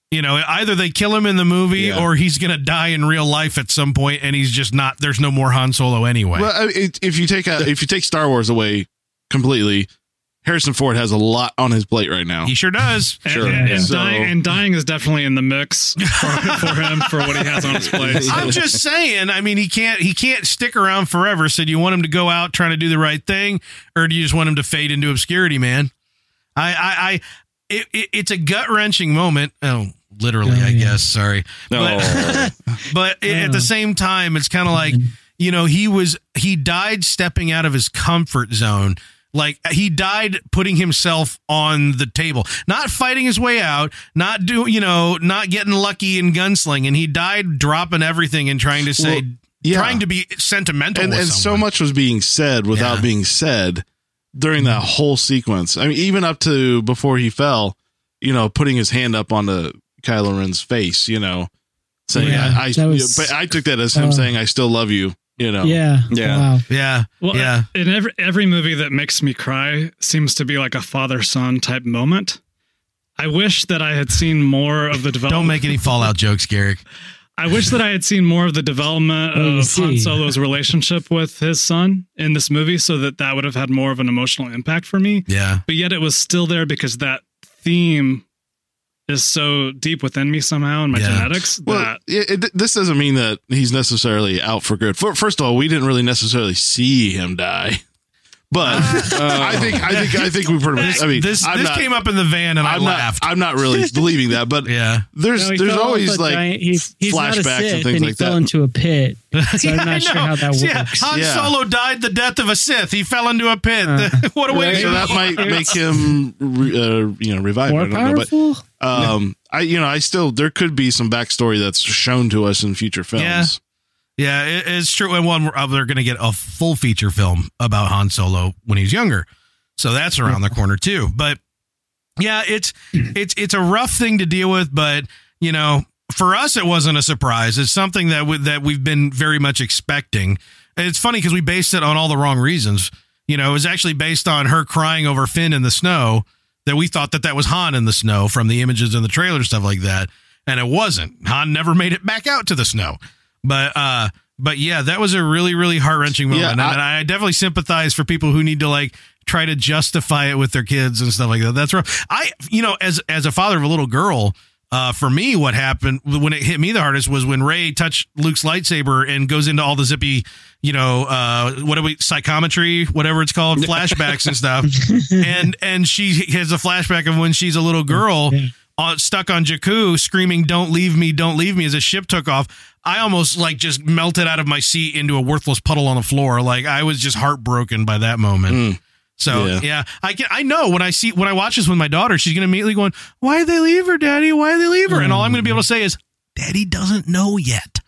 You know, either they kill him in the movie, Yeah. or he's going to die in real life at some point, and he's just not. There's no more Han Solo anyway. Well, I- it, if you take out, if you take Star Wars away completely, Harrison Ford has a lot on his plate right now. he sure does. And, Sure, and, yeah. So- dying, and dying is definitely in the mix for, for him for what he has on his plate. I'm just saying. I mean, he can't. He can't stick around forever. So, do you want him to go out trying to do the right thing, or do you just want him to fade into obscurity, man? I, I, I it, it, it's a gut wrenching moment. Oh, literally, Oh, I yeah. guess. Sorry, Oh. but it, at Yeah. Mm-hmm. the same time, it's kind of like you know he was he died stepping out of his comfort zone. Like he died putting himself on the table, not fighting his way out, not do you know, not getting lucky in gunslinging. He died dropping everything and trying to say, Well, yeah. trying to be sentimental. and with and so someone. much was being said without Yeah. being said during that whole sequence. I mean, even up to before he fell, you know, putting his hand up on the Kylo Ren's face, you know, saying, Yeah, "I,", I that was- but I took that as him uh, saying, "I still love you," you know. yeah, Yeah. Wow. Yeah, Well, Yeah. in every every movie that makes me cry seems to be like a father son type moment. I wish that I had seen more of the development. don't make any Fallout jokes, Garrick. I wish that I had seen more of the development Oh, you of Han see. Solo's relationship with his son in this movie, so that that would have had more of an emotional impact for me. Yeah, But yet, it was still there because that theme is so deep within me somehow in my Yeah. genetics. Well, that, it, it- this doesn't mean that he's necessarily out for good. Fir- First of all, we didn't really necessarily see him die, but I think I think I think we pretty much. I mean, Uh, this I'm this not, came up in the van and i I'm laughed. Not, I'm not really believing that, but yeah, there's No, he there's fell off always a like giant- he's, he's not a flashbacks and Sith, things and he like fell that. into a pit. So I'm Yeah, I not sure know. how that works. Yeah, Han Yeah. Solo died the death of a Sith. He fell into a pit. Uh, what a way to so that might make him re- uh, you know revive. I More don't know, but powerful? um, I you know I still there could be some backstory that's shown to us in future films. Yeah. Yeah, it, it's true. And one, uh, they're going to get a full feature film about Han Solo when he's younger, so that's around the corner too. But yeah, it's it's it's a rough thing to deal with, but you know, for us, it wasn't a surprise. It's something that we, that we've been very much expecting. And it's funny because we based it on all the wrong reasons. You know, it was actually based on her crying over Finn in the snow that we thought that that was Han in the snow from the images in the trailer stuff like that, and it wasn't. Han never made it back out to the snow. But uh, but yeah, that was a really really heart wrenching moment, Yeah, I- and I definitely sympathize for people who need to like try to justify it with their kids and stuff like that. That's rough. I you know as as a father of a little girl, uh, for me, what happened when it hit me the hardest was when Ray touched Luke's lightsaber and goes into all the zippy, you know, uh, what do we psychometry, whatever it's called, flashbacks and stuff. and and she has a flashback of when she's a little girl Yeah. on, uh, stuck on Jakku, screaming, "Don't leave me! Don't leave me!" As a ship took off, I almost like just melted out of my seat into a worthless puddle on the floor. Like I was just heartbroken by that moment. Mm. So yeah. Yeah. I can I know when I see when I watch this with my daughter, she's gonna immediately going, "Why did they leave her, Daddy? Why did they leave her?" And all I'm gonna be able to say is, "Daddy doesn't know yet.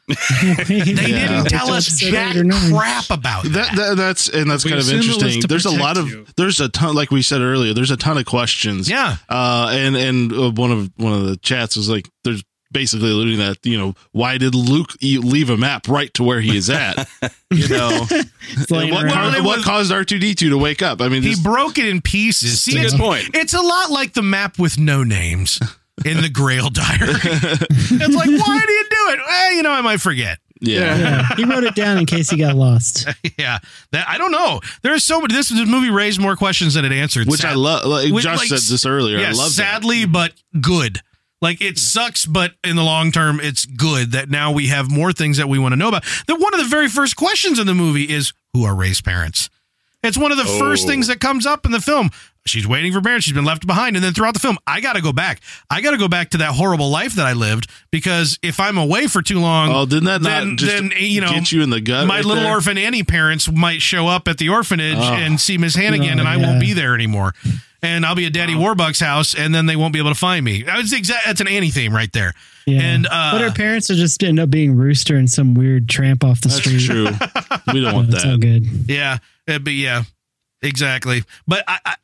They Yeah. didn't tell us It's jack episode eight or nine. crap about That, that that's and that's We kind of assume it was interesting. to There's a lot of protect you. there's a ton like we said earlier. There's a ton of questions. Yeah, Uh, and and uh, one of one of the chats was like, "There's basically alluding that you know why did Luke e- leave a map right to where he is at? you know, It's laying what, around. caused- Well, it what was- caused R two D two to wake up? I mean, he this- broke it in pieces. See, That's it's, a good point. it's a lot like the map with no names in the Grail Diary. it's like, why do you do it? Well, you know, I might forget. yeah. Yeah, he wrote it down in case he got lost. Yeah, that I don't know. There's so much. This, this movie raised more questions than it answered, Which I sadly. love. Like, Which, Josh like, said this earlier. Yeah, I love that. sadly, but good. Like it sucks, but in the long term, it's good that now we have more things that we want to know about. That one of the very first questions in the movie is, "Who are Ray's parents?" It's one of the first Oh. things that comes up in the film. She's waiting for Baron. She's been left behind. And then throughout the film, I got to go back. I got to go back to that horrible life that I lived because if I'm away for too long, Oh, didn't that not then- just then, you know, get you in the gut? my right little there? orphan Annie parents might show up at the orphanage Oh. and see Miss Hannigan, Oh, and I yeah. won't be there anymore. And I'll be at Daddy Warbucks' house, and then they won't be able to find me. That's exact. That's an Annie theme right there. Yeah. And, uh, but her parents will just end up being Rooster and some weird tramp off the That's street. true. We don't So want that's not that. good. Yeah, it'd be yeah, exactly. But I, I,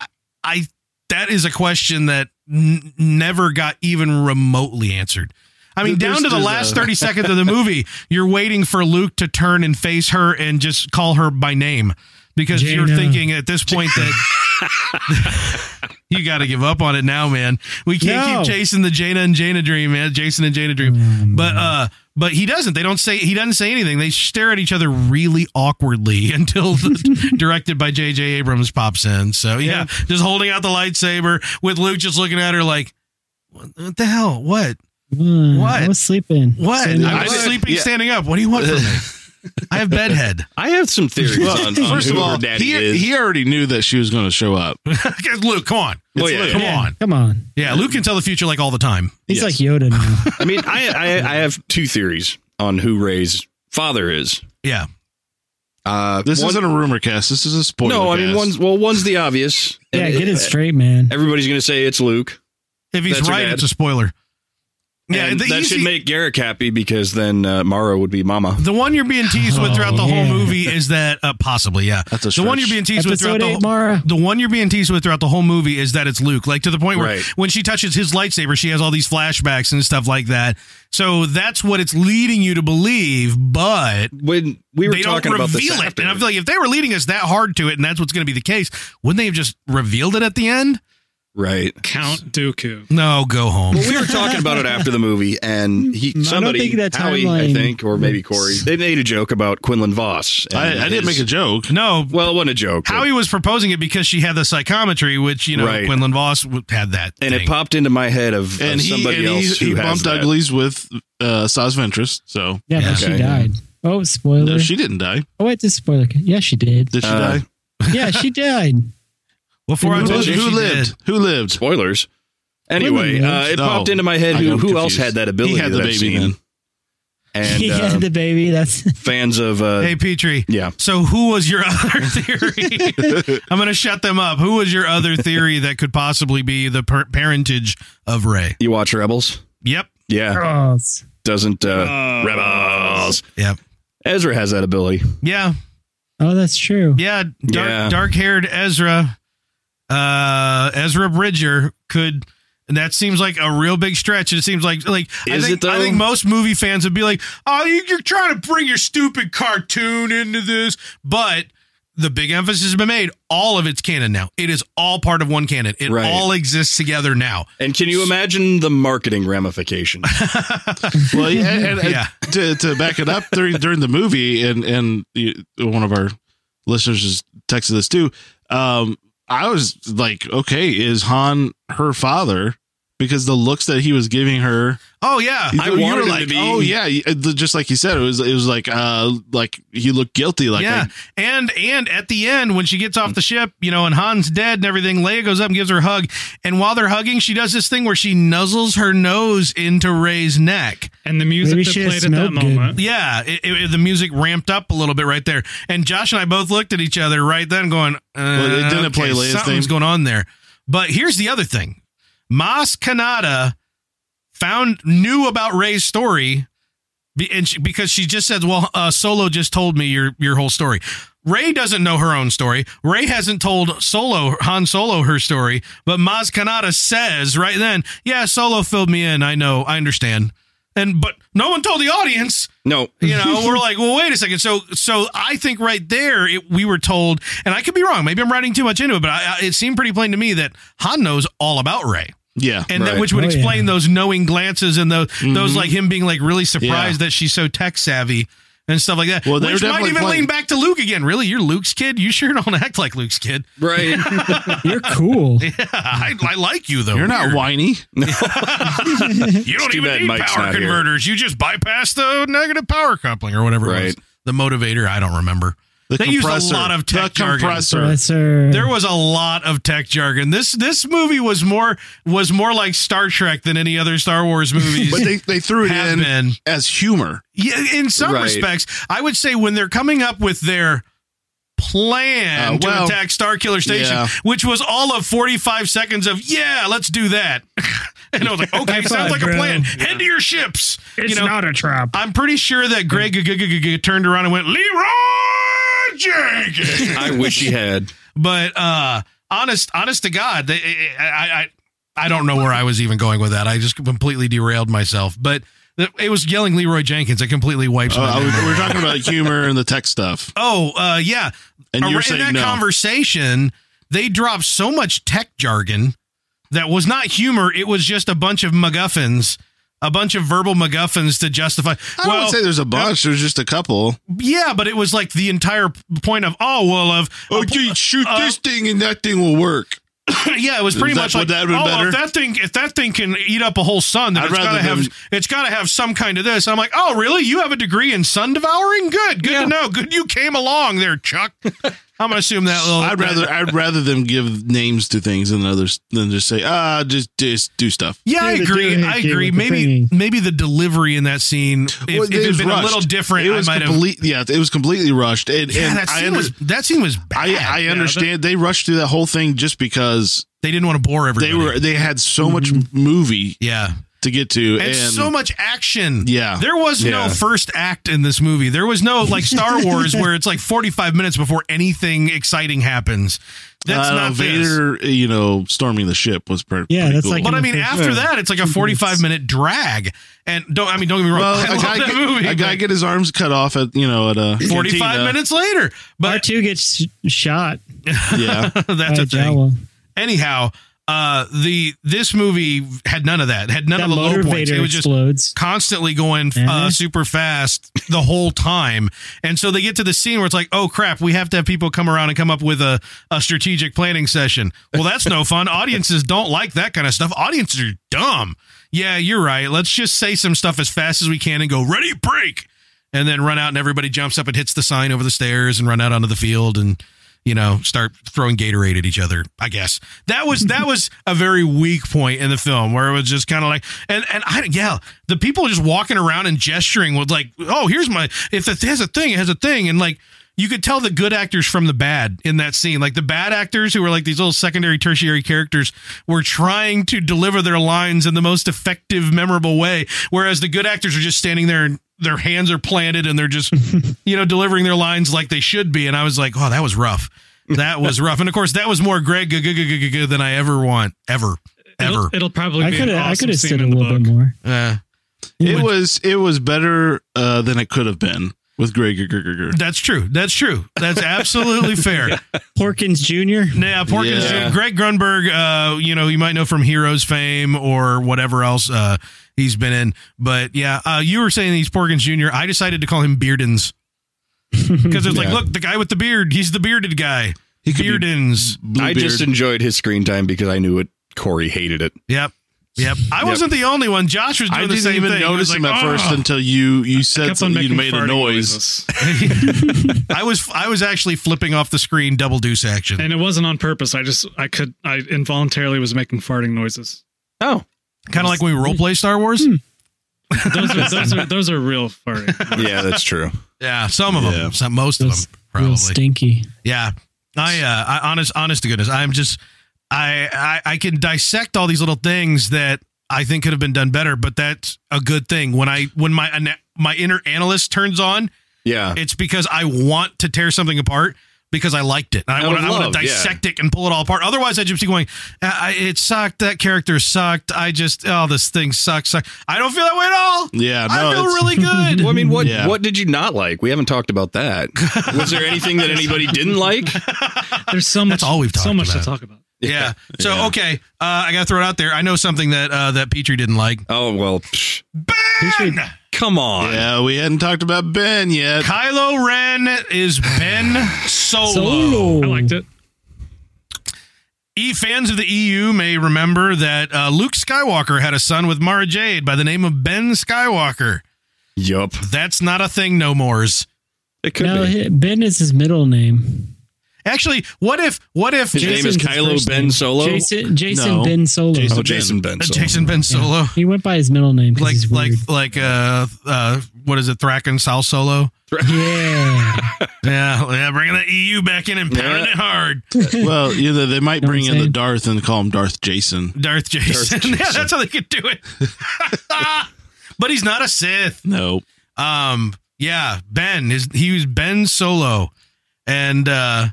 I that is a question that n- never got even remotely answered. I mean, There's- down to the there's last a- thirty seconds of the movie, you're waiting for Luke to turn and face her and just call her by name because you're uh, Jaina. thinking at this point that. You got to give up on it now, man. We can't No. keep chasing the Jaina and Jaina dream, man. Jason and Jaina dream. But uh but he doesn't. They don't say he doesn't say anything. They stare at each other really awkwardly until the directed by JJ Abrams pops in. So yeah, just holding out the lightsaber with Luke just looking at her like what what the hell? What? Mm, What? I was sleeping. What? Standing I up. was I- sleeping yeah. standing up. What do you want from me? I have bedhead. I have some theories Well, on, on first who of all, her daddy he, is. he already knew that she was going to show up. Luke, come on. Oh, yeah. Luke. Come on. Come on. Yeah, Luke can tell the future like all the time. He's Yes. like Yoda now. I mean, I, I I have two theories on who Ray's father is. Yeah. Uh, This one- isn't a rumor cast. This is a spoiler. no. I mean, cast. one's well, one's the obvious. yeah, And get it it- straight, man. Everybody's going to say it's Luke. If he's That's her right, dad. it's a spoiler. Yeah, the that should easy- make Garrick happy because then uh, Mara would be Mama. The one you're being teased with Oh, throughout the yeah. whole movie is that uh, possibly, yeah. That's a the one stretch. you're being teased with throughout Episode the whole, eight, Mara. the one you're being teased with throughout the whole movie is that it's Luke. Like to the point where Right. when she touches his lightsaber, she has all these flashbacks and stuff like that. So that's what it's leading you to believe, but When we were they don't talking reveal about this, it. after- And I feel like if they were leading us that hard to it, and that's what's going to be the case, wouldn't they have just revealed it at the end? right. Count Dooku. No, go home. Well, we were talking about it after the movie, and he Mm, don't somebody think that Howie, I timeline think, or maybe works. Corey, they made a joke about Quinlan Voss. and I, I didn't his- make a joke. No, Well, it wasn't a joke. but- Howie was proposing it because she had the psychometry, which you know Right. Quinlan Voss w- had that, and thing. it popped into my head of, And of he, somebody and he, else who he has bumped that. uglies with uh, Saz Ventress. So Yeah, Yeah. but she Okay. died. Oh, spoiler. no, she didn't die. oh, wait, this is spoiler. Yeah, she did. Did she Uh, die? Yeah, she died. Before I Who, told you, who she lived? did. Who lived? Spoilers. Anyway, Quinlan uh, Voss? it No. popped into my head I who, got who else confused. had that ability He had that the I've baby seen. then. And yeah, uh, the baby. That's fans of uh, Hey Petrie. yeah, So who was your other theory? I'm going to shut them up. Who was your other theory that could possibly be the per- parentage of Ray? you watch Rebels. Yep. Yeah, oh, doesn't uh, Uh, Rebels? Yep. Ezra has that ability. Yeah. oh, that's true. Yeah. Dark, Yeah. dark-haired Ezra, uh, Ezra Bridger could. And that seems like a real big stretch. It seems like like I Is think it, though? I think most movie fans would be like, "Oh, you, you're trying to bring your stupid cartoon into this," but. The big emphasis has been made. All of it's canon now. It is all part of one canon. It Right. all exists together now. And can you imagine the marketing ramifications? Well, yeah, and, and Yeah. to, to back it up during during the movie, and and you- one of our listeners has texted this too. Um, I was like, okay, is Han her father? Because the looks that he was giving her, Oh yeah, I you wanted were him like, to be- oh yeah, y- the- just like he said, it was it was like uh like he looked guilty, like yeah. and and at the end when she gets off the ship, you know, and Han's dead and everything, Leia goes up and gives her a hug, and while they're hugging, she does this thing where she nuzzles her nose into Ray's neck. And the music Maybe that she played at that smelled good. moment. Yeah, it, it- the music ramped up a little bit right there, and Josh and I both looked at each other right then, going, uh, it didn't play okay, Leia's something's theme. going on there." But here's the other thing: Mas Kanata found knew about Ray's story, be- and she, because she just said, "Well, uh, Solo just told me your your whole story." Ray doesn't know her own story. Ray hasn't told Solo Han Solo her story, but Maz Kanata says right then, "Yeah, Solo filled me in. I know. I understand." And but no one told the audience no, you know we're like well wait a second so so i think right there it, we were told and i could be wrong maybe i'm writing too much into it but I, I, it seemed pretty plain to me that han knows all about ray yeah, and that Right. which would Oh, explain yeah. those knowing glances and those Mm-hmm. those like him being like really surprised that she's so tech savvy and stuff like that Well, they were which might definitely even playing- lean back to luke again really you're luke's kid you sure don't act like luke's kid right? You're cool. I, I like you though you're not Weird. whiny. you don't It's too even bad need Mike's power not here. converters you just bypass the negative power coupling or whatever it was Right. the motivator i don't remember The They used a lot of tech the jargon. compressor. Professor. There was a lot of tech jargon. This this movie was more was more like Star Trek than any other Star Wars movies. But they, they threw it have in been. as humor. Yeah, in some Right. respects, I would say when they're coming up with their plan Uh, well, to attack Star Killer Station, yeah. which was all of 45 seconds of, yeah, let's do that. and I was like, okay, sounds five, like a bro. plan. Head to your ships. it's not a trap. I'm pretty sure that Greg g- g- g- g- turned around and went, Leroy Jenkins. I wish he had. But uh, honest, honest to God, they, I, I, I- I don't know where I was even going with that. I just completely derailed myself. But th- it was yelling Leroy Jenkins. It completely wipes. Uh, my I memory. was- we were talking about humor and the tech stuff. Oh, uh, yeah. And Ar- you were in that saying no. conversation, they dropped so much tech jargon that was not humor. It was just a bunch of MacGuffins, a bunch of verbal MacGuffins to justify. I well, wouldn't say there's a bunch. There's just a couple. yeah, but it was like the entire p- point of oh well of Oh, you shoot this thing and that thing will work. yeah, it was pretty Is that much what like that would've oh been if better? that thing if that thing can eat up a whole sun, then I'd it's gotta rather have than- it's gotta have some kind of this. I'm like oh really? You have a degree in sun devouring? Good, good to know. Good, you came along there, Chuck. I'm gonna assume that little. I'd rather I'd rather them give names to things than others than just say ah just just do stuff. Yeah, I Do the agree. doing I it, do agree. with the Maybe singing. maybe the delivery in that scene, if, Well, if it had was been a rushed. little different, It was I might have. complete, yeah, it was completely rushed. And, Yeah, and that I, scene under- was that scene was bad. I, I understand they rushed through that whole thing just because they didn't want to bore everybody. they were they had so much movie yeah, to get to Mm-hmm. and, and, so much action. Yeah. there was no Yeah. first act in this movie. There was no like Star Wars where it's like forty five minutes before anything exciting happens. That's I don't not know, this. uh, Vader. You know, storming the ship was pretty. Yeah, pretty that's cool. like- But I in the mean, first after act. that, it's like a forty-five minute drag, and don't. I mean, don't get me wrong. well, I a love guy, that get, movie. a guy get his arms cut off at you know at uh, a but forty-five cantina. minutes later, R but two gets sh- shot. Yeah, that's by a thing. Jawa. anyhow uh the this movie had none of that had none That of the low motor points it Vader was just explodes. constantly going uh, Yeah. super fast the whole time and so they get to the scene where it's like oh crap we have to have people come around and come up with a, a strategic planning session well that's no fun audiences don't like that kind of stuff audiences are dumb yeah you're right let's just say some stuff as fast as we can and go ready break and then run out and everybody jumps up and hits the sign over the stairs and run out onto the field and you know start throwing Gatorade at each other I guess that was that was a very weak point in the film where it was just kind of like and and I yeah the people just walking around and gesturing with like oh here's my if it has a thing it has a thing and like you could tell the good actors from the bad in that scene. Like the bad actors who were like these little secondary, tertiary characters were trying to deliver their lines in the most effective, memorable way. Whereas the good actors are just standing there and their hands are planted and they're just, you know, delivering their lines like they should be. And I was like, oh, that was rough. That was rough. And of course, that was more Greg g- g- g- g- g- than I ever want, ever, It'll, ever. it'll probably I be could an have I awesome could have scene said a in the little book. bit more. Uh, it was it was better uh, than it could have been with Greg. Gergerger. that's true. That's true. That's absolutely fair. Porkins Jr. Yeah, Porkins, Yeah. Greg Grunberg, uh, you know, you might know from Heroes fame or whatever else uh, he's been in. But yeah, uh, you were saying he's Porkins Jr. I decided to call him Beardens because it's like, Yeah. look, the guy with the beard, he's the bearded guy. He could be- Beardens. Bluebeard. I just enjoyed his screen time because I knew it. Corey hated it. Yep. Yep. I wasn't the only one. Josh was doing I the didn't same even thing. He notice was him like, at first "Ah." until you you said Kept on something, you making made a farting noise. noises. I was I was actually flipping off the screen double deuce action. and it wasn't on purpose. I just I could I involuntarily was making farting noises. Kind of like when we role play Star Wars. Hmm. Those are those are those are real farting. Yeah, that's true. Yeah, some of Yeah. them. Some most of Those them real probably. stinky. Yeah. I uh I honest honest to goodness, I'm just I, I I can dissect all these little things that I think could have been done better, but that's a good thing. When I when my ana- my inner analyst turns on, Yeah. it's because I want to tear something apart because I liked it. And I Out want of to I want love, to yeah. dissect it and pull it all apart. Otherwise, I just keep going. "Uh, I, I- it sucked. That character sucked. I just oh this thing sucks. sucks. I don't feel that way at all. Yeah, no, I feel it's- really good. Well, I mean, what Yeah. what did you not like? We haven't talked about that. Was there anything that anybody didn't like? There's so much That's all we've so talked much about. to talk about. yeah. So okay, uh, I got to throw it out there. I know something that uh, that Petrie didn't like. Oh well, psh, Appreciate- come on. Yeah, we hadn't talked about Ben yet. Kylo Ren is Ben Solo. Solo. I liked it. E fans of the EU may remember that uh, Luke Skywalker had a son with Mara Jade by the name of Ben Skywalker. Yup. That's not a thing no mores. It could No, be. hi- Ben is his middle name. Actually, what if what if His name is Jason's his Kylo first Ben name. Solo? Jason Jason No. Ben Solo. Jason- oh, Jason Ben. uh, Solo. Jason Ben Solo? He went by his middle name because Like he's like weird. like uh uh what is it, Thraken Sal Solo? yeah, Yeah, yeah, bringing the EU back in and pounding Yeah. it hard. well, either they might Know what bring I'm in the saying? Darth and call him Darth Jason. Darth Jason. yeah, that's how they could do it. but he's not a Sith. No, Um, yeah, Ben is he was Ben Solo, and uh,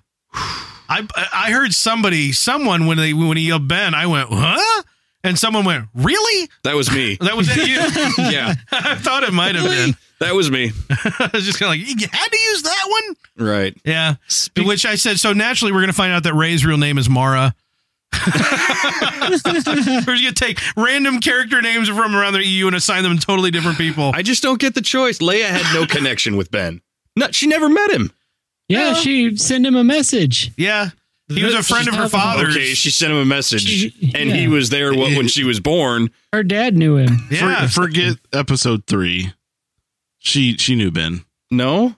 I I heard somebody someone when they when he yelled Ben, I went huh, and someone went really. That was me. That was it. You? yeah, I thought it might have been. that was me. I was just kind of like you had to use that one. Right. Yeah, Speak- which I said. So naturally, we're gonna find out that Ray's real name is Mara. we're just gonna take random character names from around the EU and assign them to totally different people. I just don't get the choice. Leia had no connection with Ben. No, she never met him. yeah. She sent him a message. yeah, he was a friend of her father's. Okay, she sent him a message, She- and he yeah. was there what, when she was born. Her dad knew him. For- Yeah, forget episode three. She she knew Ben. No,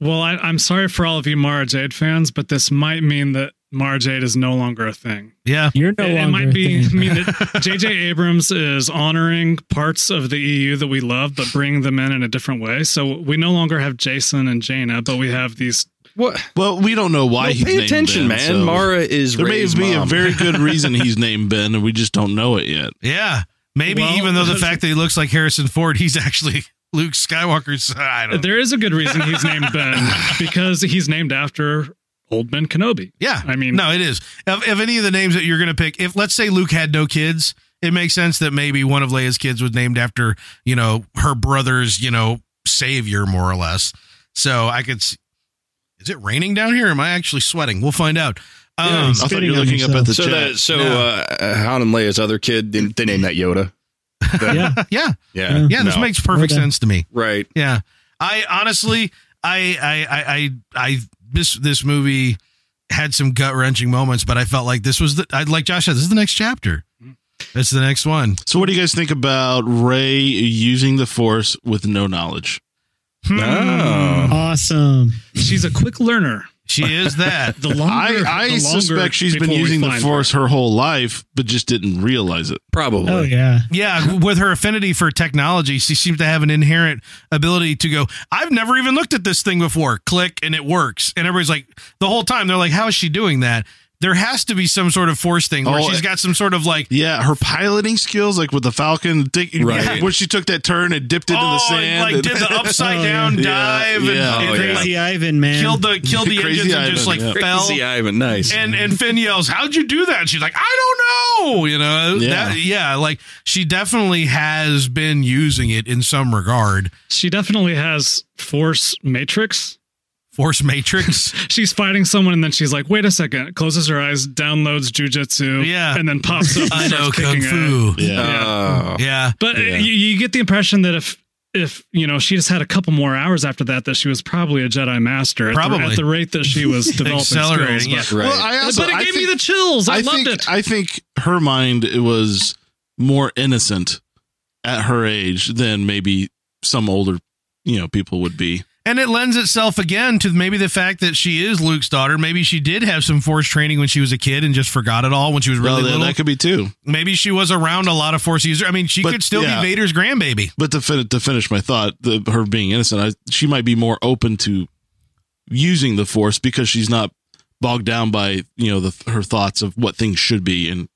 Well, I, I'm sorry for all of you Mara Jade fans, but this might mean that Mara Jade is no longer a thing. yeah. You're no It- longer. it might a be thing. mean that JJ Abrams is honoring parts of the EU that we love, but bringing them in in a different way. So we no longer have Jason and Jaina, but we have these. what? Well, we don't know why Well, he's pay named attention, Ben, man. so- Mara is There may Ray's be a mom. very good reason he's named Ben, and we just don't know it yet. Yeah. Maybe Well, even though the there's- fact that he looks like Harrison Ford, he's actually Luke Skywalker's son. I don't There is a good reason he's named Ben because he's named after old Ben Kenobi. Yeah. I mean, No, it is. Of, of any of the names that you're going to pick, if let's say Luke had no kids, it makes sense that maybe one of Leia's kids was named after, you know, her brother's, you know, savior, more or less. So I could. s- Is it raining down here? Am I actually sweating? We'll find out. Um, I thought Spitting you were on looking up yourself. at the so chat. that so No. uh, Han and Leia's other kid they, they named that Yoda. That- yeah. yeah. yeah, Yeah. Yeah. This no. makes perfect Okay. sense to me. right. Yeah. I honestly, I, I, I, I, I this, this movie had some gut wrenching moments, but I felt like this was the, I like Josh said, this is the next chapter. Mm-hmm. It's the next one. So, what do you guys think about Ray using the Force with no knowledge? Hmm. Oh. Awesome. she's a quick learner. She is that. The longer, I, the I longer suspect she's been before we using the find Force her whole life, but just didn't realize it. Probably. Oh yeah. Yeah, with her affinity for technology, she seems to have an inherent ability to go, I've never even looked at this thing before. Click and it works. And everybody's like, the whole time, they're like, how is she doing that? There has to be some sort of force thing where Oh, she's got some sort of like, Yeah, her piloting skills, like with the Falcon, dig- Right. when she took that turn and dipped into oh, the and, sand, like and- did the upside Oh, yeah. down Yeah, dive yeah. and, Oh, and, yeah. like, Crazy Ivan, man. killed the killed the engines Crazy and Ivan, just like yeah. fell. Crazy Ivan, nice. And and Finn yells, "How'd you do that?" She's like, "I don't know." You know, Yeah. That- yeah, like she definitely has been using it in some regard. She definitely has Force Matrix. Force Matrix. She's fighting someone, and then she's like, "Wait a second!" Closes her eyes, downloads jujitsu, Yeah. and then pops up. And I know starts kung kicking ass. fu. yeah. Oh. Yeah. But uh Yeah. you, you get the impression that if if you know she just had a couple more hours after that, that she was probably a Jedi master. at the- Probably. at the rate that she was developing skills. Accelerating. But, Yeah. Right. Well, I also, but it I gave think- me the chills. I, loved think, it. I think her mind was more innocent at her age than maybe some older, you know, people would be. And it lends itself again to maybe the fact that she is Luke's daughter. Maybe she did have some force training when she was a kid and just forgot it all when she was really Oh, Well, that- little. that could be too. maybe she was around a lot of force users. I mean, she But, could still yeah. be Vader's grandbaby. But to fin- to finish my thought, the, her being innocent, I, she might be more open to using the force because she's not bogged down by you know the, her thoughts of what things should be and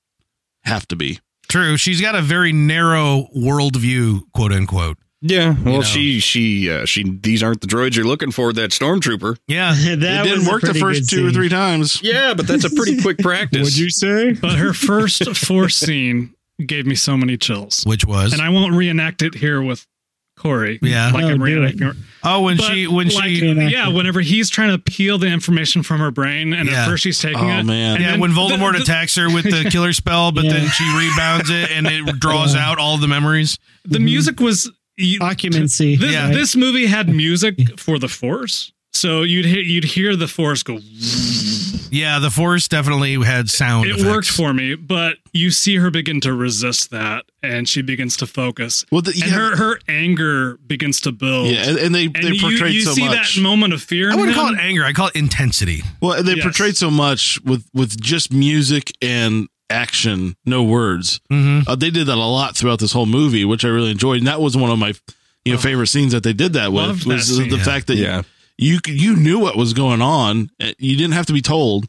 have to be. True. She's got a very narrow worldview, quote unquote. Yeah. Well, know. she she uh, she. These aren't the droids you're looking for. That stormtrooper. Yeah. that was it didn't a work the pretty first good two or scene. three times. Yeah, but that's a pretty quick practice. say? but her first Force scene gave me so many chills, Which was and I won't reenact it here with Corey. Yeah. like No, I'm do it. reenacting. oh when But, she when like, she Reenact yeah, it. whenever he's trying to peel the information from her brain, and Yeah. at first she's taking Oh, it. man. and yeah then when Voldemort the- the- attacks her with the killer spell, but Yeah. then she rebounds it and it draws Yeah. out all the memories. the music was you- Occupancy. This, Yeah. this movie had music for the Force, so you'd hear, you'd hear the Force go Yeah, the force definitely had sound. It effects. worked for me, but you see her begin to resist that, and she begins to focus. Well, the, and yeah, her her anger begins to build. yeah, and, and they and they you, portrayed you so see much. that moment of fear. I in wouldn't him. call it anger. I call it intensity. well, and they Yes. portrayed so much with with just music and action, no words. Mm-hmm. Uh, they did that a lot throughout this whole movie, which I really enjoyed. And that was one of my you know favorite scenes that they did that with Oh. Loved that was scene. the Yeah. fact that Yeah. you c- you knew what was going on. Uh, You didn't have to be told.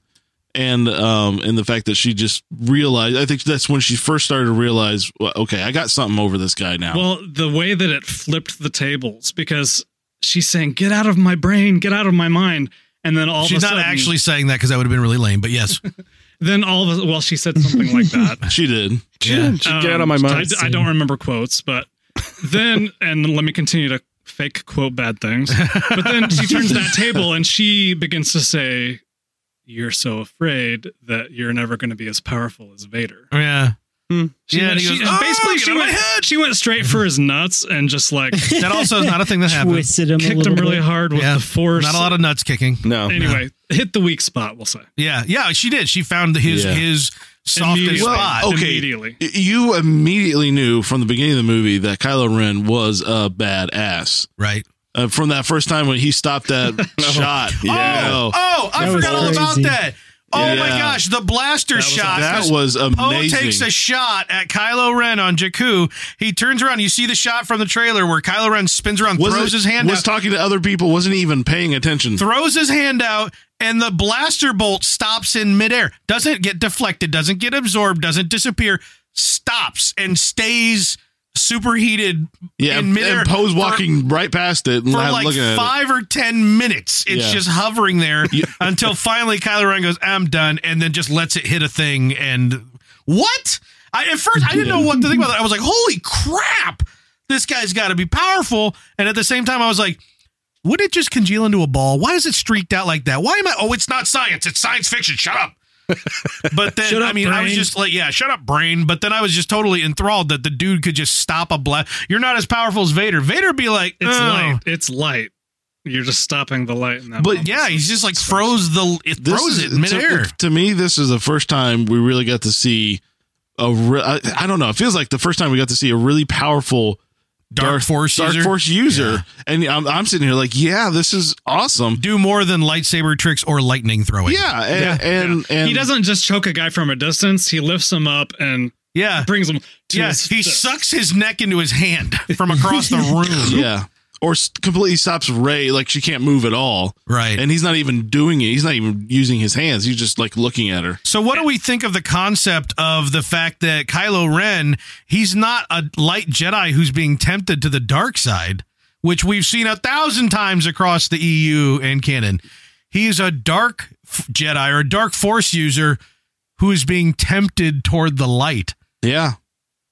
And um and the fact that she just realized, I think that's when she first started to realize, well, okay, I got something over this guy now. Well, the way that it flipped the tables because she's saying, "Get out of my brain, get out of my mind," and then all She's of a not sudden, actually saying that because that would have been really lame. But yes, then all of a, well, she said something like that. she did. Yeah. Get out of my Um, mind. I d- I, don't remember quotes, but then and let me continue to fake quote bad things. But then she turns that table and she begins to say, "You're so afraid that you're never going to be as powerful as Vader." yeah, She yeah. and went- he she- goes, "Oh, basically get she out of my went, head." she went straight for his nuts and just like That also is not a thing that happens. twisted him a kicked little him really bit. hard with Yeah. the force. Not a lot of nuts kicking. No. anyway, hit the weak spot. We'll say Yeah, yeah. She did. She found his Yeah. his softest Immediately. spot. oh, Well, okay. immediately. Y- You immediately knew from the beginning of the movie that Kylo Ren was a badass. Right. Uh, from that first time when he stopped that shot. Yeah. Oh, Oh, I That was forgot all about crazy. that. Oh my Yeah. gosh, the blaster shot. that 'Cause was Poe amazing. takes a shot at Kylo Ren on Jakku. He turns around. You see the shot from the trailer where Kylo Ren spins around, Wasn't- throws his hand was out, talking to other people, wasn't even paying attention. throws his hand out, and the blaster bolt stops in midair. Doesn't get deflected, doesn't get absorbed, doesn't disappear, stops and stays superheated Yeah, in and, midair and Poe's for- walking right past it and for ha- like looking at five or ten minutes. It's Yeah. just hovering there until finally Kylo Ren goes, "I'm done," and then just lets it hit a thing. And what? I, at first, I didn't know what to think about that. I was like, "Holy crap! This guy's got to be powerful." And at the same time, I was like. Would it just congeal into a ball? Why is it streaked out like that? Why am I? Oh, it's not science. It's science fiction. Shut up. But then, Shut I up, mean, I was brain. just like, yeah, shut up, brain. But then I was just totally enthralled that the dude could just stop a blast. You're not as powerful as Vader. Vader be like, It's "Oh, light. It's light. You're just stopping the light in that. but moment. yeah, he's just like froze the it This froze is- it midair. To, to me, this is the first time we really got to see a. Re- I, I don't know. It feels like the first time we got to see a really powerful Dark Force Dark user. Force user. And I'm, I'm sitting here like, yeah, this is awesome. Do more than lightsaber tricks or lightning throwing. Yeah, and and, and he doesn't just choke a guy from a distance. He lifts him up and yeah, brings him. To yeah. his He fist. sucks his neck into his hand from across the room. Yeah, or s- completely stops Ray. Like she can't move at all, Right. and he's not even doing it. He's not even using his hands. He's just like looking at her. so what do we think of the concept of the fact that Kylo Ren, he's not a light Jedi who's being tempted to the dark side, which we've seen a thousand times across the EU and canon. He is a dark f- Jedi or a dark force user who is being tempted toward the light. Yeah,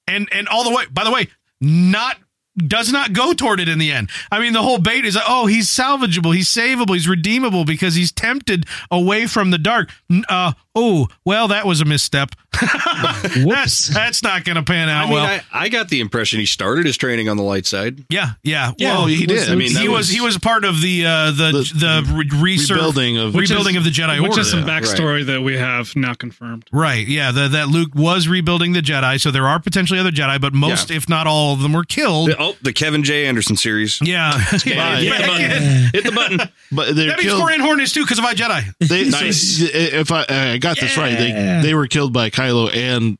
and and all the way by the way not does not go toward it in the end i mean the whole bait is oh he's salvageable he's savable he's redeemable because he's tempted away from the dark N- uh oh well that was a misstep that's Whoops. that's not gonna pan out I mean, well I, I got the impression he started his training on the light side. yeah yeah Yeah, Well, he did. I mean, he that was, he was part of the uh the the, re- research rebuilding of Which is- rebuilding of the jedi which order is some Yeah, Yeah. right. backstory that we have now confirmed. right yeah the, that luke was rebuilding the jedi so there are potentially other jedi but most if not all of them were killed The- oh, the Kevin J. Anderson series. yeah, Yeah, yeah, Back but- in. Yeah. Hit the button. but they're That means killed. Corin Horn is too because of I Jedi. They, Nice. so, if I I got this right, Yeah. they they were killed by Kylo and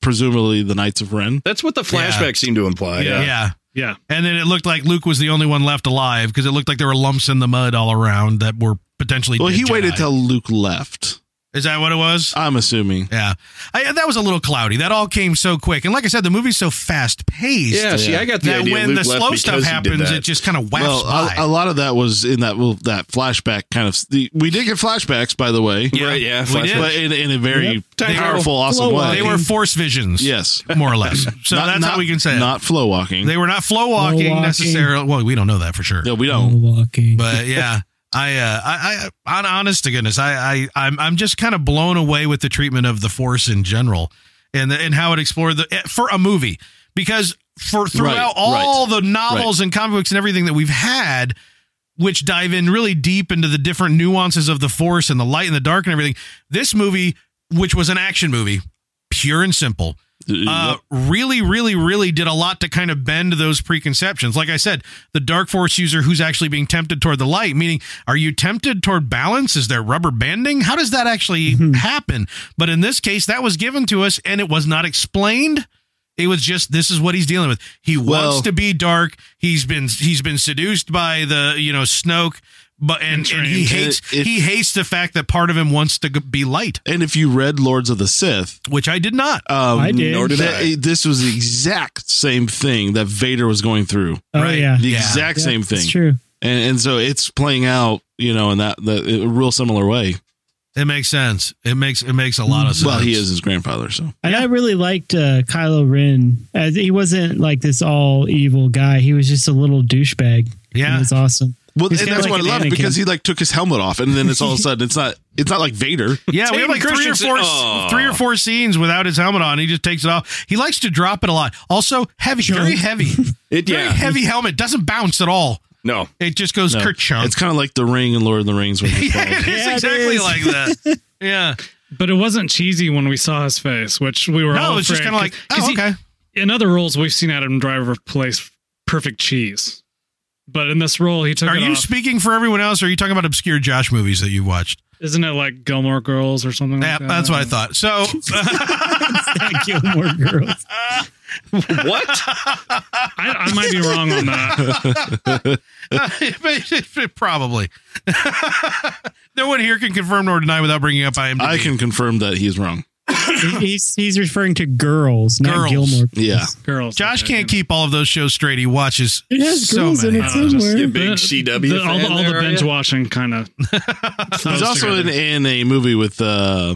presumably the Knights of Ren. That's what the flashback seemed to imply. Yeah. Yeah, And then it looked like Luke was the only one left alive because it looked like there were lumps in the mud all around that were potentially. Well, dead he waited Jedi. till Luke left. Is that what it was? I'm assuming. yeah, I, that was a little cloudy. That all came so quick, and like I said, the movie's so fast paced. Yeah, see, I got the that idea when Luke the left slow because stuff he did happens, that. it just kind of wafts Well, by. a, a lot of that was in that well, that flashback kind of. The, we did get flashbacks, by the way, Yeah, right, yeah. We did. flashback. but in, in a very Yep. They were powerful, awesome flow way. walking. they were force visions, yes, more or less. So Not- that's not- how we can say it. not flow walking. They were not flow walking walking. necessarily. Well, we don't know that for sure. no, we don't. Walking. but yeah i uh i i on honest to goodness i i i'm, I'm just kind of blown away with the treatment of the force in general and the, and how it explored the eh, for a movie because for throughout Right, all the novels and comic books and everything that we've had which dive in really deep into the different nuances of the force and the light and the dark and everything. This movie, which was an action movie, pure and simple, uh, really, really, really did a lot to kind of bend those preconceptions. Like I said, the dark force user who's actually being tempted toward the light, meaning, are you tempted toward balance? Is there rubber banding? How does that actually Hmm. happen? But in this case, that was given to us and it was not explained. It was just this is what he's dealing with. He Well- wants to be dark. He's been he's been seduced by the you know Snoke, but and, and he trained. hates It- he hates the fact that part of him wants to g- be light, and if you read Lords of the Sith, which I did not. um, I did. nor did that- I. this was the exact same thing that Vader was going through. Oh Right. yeah. The Yeah. exact Yeah, same It's thing, true. and and so it's playing out, you know, in that the a real similar way. It makes sense. It makes it makes a lot of sense. Well, he is his grandfather, so And I really liked uh, Kylo Ren. As he wasn't like this all evil guy. He was just a little douchebag. It Yeah. was awesome. well, He's and kinda that's like what I an love Anakin. because he like took his helmet off, and then it's all of a sudden it's not it's not like Vader. Yeah, we have like three or Christensen- four Aw. three or four scenes without his helmet on. He just takes it off. He likes to drop it a lot. Also, heavy, very heavy. It, Very yeah. heavy helmet. Doesn't bounce at all. No. It just goes No. kerchunk. It's kind of like the ring in Lord of the Rings when he yeah, falls. it is Yeah, it exactly is. like that. Yeah. But it wasn't cheesy when we saw his face, which we were all No, it's just afraid, kind of like, 'cause oh, he- okay. in other roles we've seen Adam Driver place perfect cheese. But in this role he took Are it you off. speaking for everyone else? Or are you talking about obscure Josh movies that you watched? Isn't it like Gilmore Girls or something Yeah, like that? that's what I thought. So, Gilmore Girls. What? I, I might be wrong on that. probably. no one here can confirm nor deny without bringing up IMDb. I can confirm that he's wrong. He- he's he's referring to girls, not Girls. Gilmore. Yeah, Girls. Josh okay. can't keep all of those shows straight. He watches It has so girls in many. it Uh, just- somewhere. You big CW. The- all the, fan all the there, are binge ya? watching kind of. he's also in, in a movie with. uh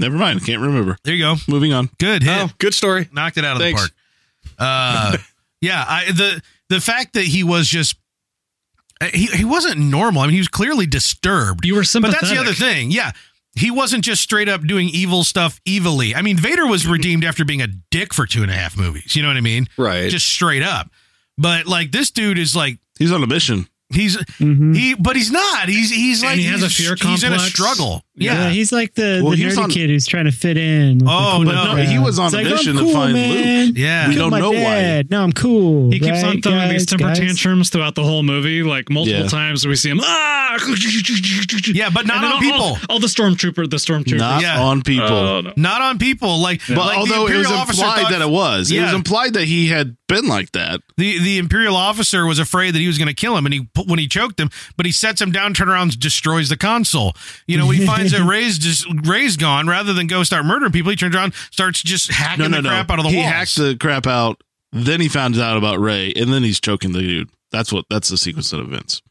Never mind, I can't remember. There you go. Moving on. Good hit. Oh, good story. Knocked it out of Thanks. the park. Uh, yeah, I, the the fact that he was just uh, he he wasn't normal. I mean, he was clearly disturbed. You were But sympathetic. that's the other thing. Yeah. He wasn't just straight up doing evil stuff evilly. I mean, Vader was redeemed after being a dick for two and a half movies. You know what I mean? Right. Just straight up. But like this dude is like He's on a mission. he's Mhm. he, but he's not. He's he's And like he has he's- a fear He's in a complex. struggle. Yeah. he's like the, Well, the he was nerdy on- kid who's trying to fit in. with Oh, the cool no, crowd. he was on It's a like, "I'm mission to cool, find man. Luke." Yeah. We Kill don't my know why. dad. No, I'm cool. He keeps on right, throwing guys, these temper guys? tantrums throughout the whole movie, like multiple Yeah. times. We see him, ah, Yeah, but not And then on all- people. All, all the stormtrooper, the stormtrooper. Not Yeah. on people. Oh, no. Not on people. Like, But like the although it was Imperial officer implied thought- that it was, it Yeah. was implied that he had been like that. The the imperial officer was afraid that he was going to kill him, and he put- when he choked him, but he sets him down, turns around, destroys the console. You know, he finds that Ray's just Ray's gone. Rather than go start murdering people, he turns around, starts just hacking No, no, the no. crap out of the he walls. hacked the crap out. Then he found out about Ray, and then he's choking the dude. That's what. That's the sequence of events.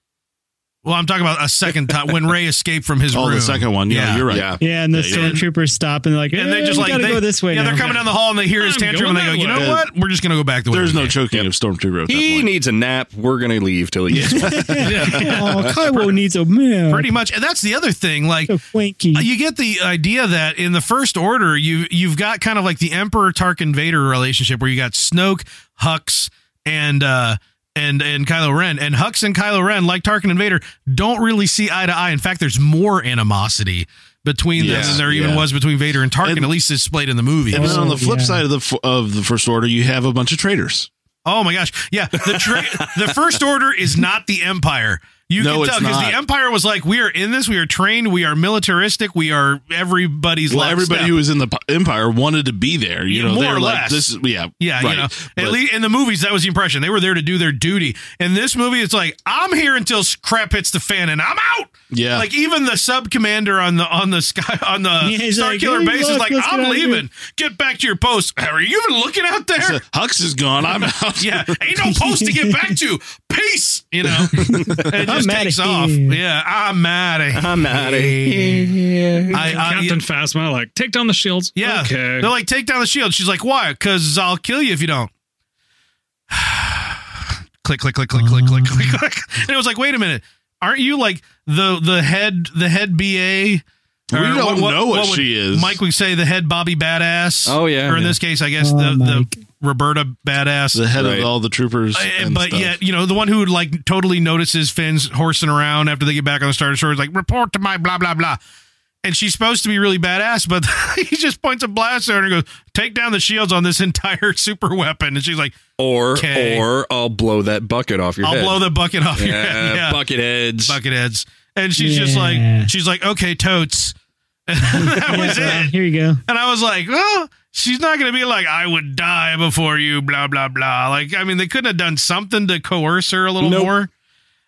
well, I'm talking about a second time when Ray escaped from his Oh, room. the second one. Yeah, Yeah. you're right. Yeah. Yeah, and the Yeah, yeah. stormtroopers stop and they're like, "Eh, and they just like gotta they, go this way. Yeah, now." they're coming down the hall and they hear his I'm tantrum, and they going go, that "You know way." what? We're just going to go back the way." There's we no came." choking of Stormtrooper at He that point. needs a nap. We're going to leave till he gets one. oh, Kylo needs a man. Pretty much, and that's the other thing. Like, so flanky. Uh, You get the idea that in the first order, you you've got kind of like the Emperor Tarkin Vader relationship, where you got Snoke, Hux, and uh, and and Kylo Ren, and Hux and Kylo Ren, like Tarkin and Vader, don't really see eye to eye. In fact, there's more animosity between Yeah, them than there even yeah. was between Vader and Tarkin. And- at least displayed in the movie. And then on the flip yeah. side of the f- of the first order, you have a bunch of traitors. Oh my gosh. Yeah. The tra- the first order is not the empire. You No, can it's tell because not. the empire was like, we are in this, we are trained, we are militaristic, we are everybody's Well, lockstep. everybody who was in the p- empire wanted to be there. You know, More they were or like, less. This is yeah, Yeah, right. you know, But- at least in the movies, that was the impression they were there to do their duty. In this movie, it's like I'm here until s- crap hits the fan, and I'm out. yeah, Like even the sub commander on the on the sky on the Yeah, he's Star like, Killer "Hey, base is look, like let's get I'm out of here." leaving. Get back to your post. Are you even looking out there? So, Hux is gone. I'm out. yeah, ain't no post to get back to. Peace, you know. And it just mad at takes off. you. Yeah, I'm mad at. I'm out of I, I, Captain Phasma, like, take down the shields. Yeah. Okay. They're like, take down the shield. She's like, why? Because I'll kill you if you don't. click, click, click, click, click, click, Oh. click, click. And it was like, wait a minute. Aren't you like the the head the head BA We Or don't know what, would- she is. Mike would say the head Bobby badass. Oh, yeah, Or in yeah. this case, I guess Oh, the, Mike. the Roberta badass. the head Right. of all the troopers. Uh, and but stuff. yet, you know, the one who like totally notices Finn's horsing around after they get back on the starter Destroyer is like, report to my blah blah blah. And she's supposed to be really badass, but he just points a blaster at her and goes, "Take down the shields on this entire super weapon." And she's like, Or Okay. or I'll blow that bucket off your "I'll head. blow the bucket off your yeah, head." Yeah, bucket heads. bucket heads. And she's just Yeah. like, she's like, "Okay, totes." And that was Yeah, it. Here you go. And I was like, well, she's not going to be like, I would die before you, blah, blah, blah. Like, I mean, they couldn't have done something to coerce her a little Nope. more.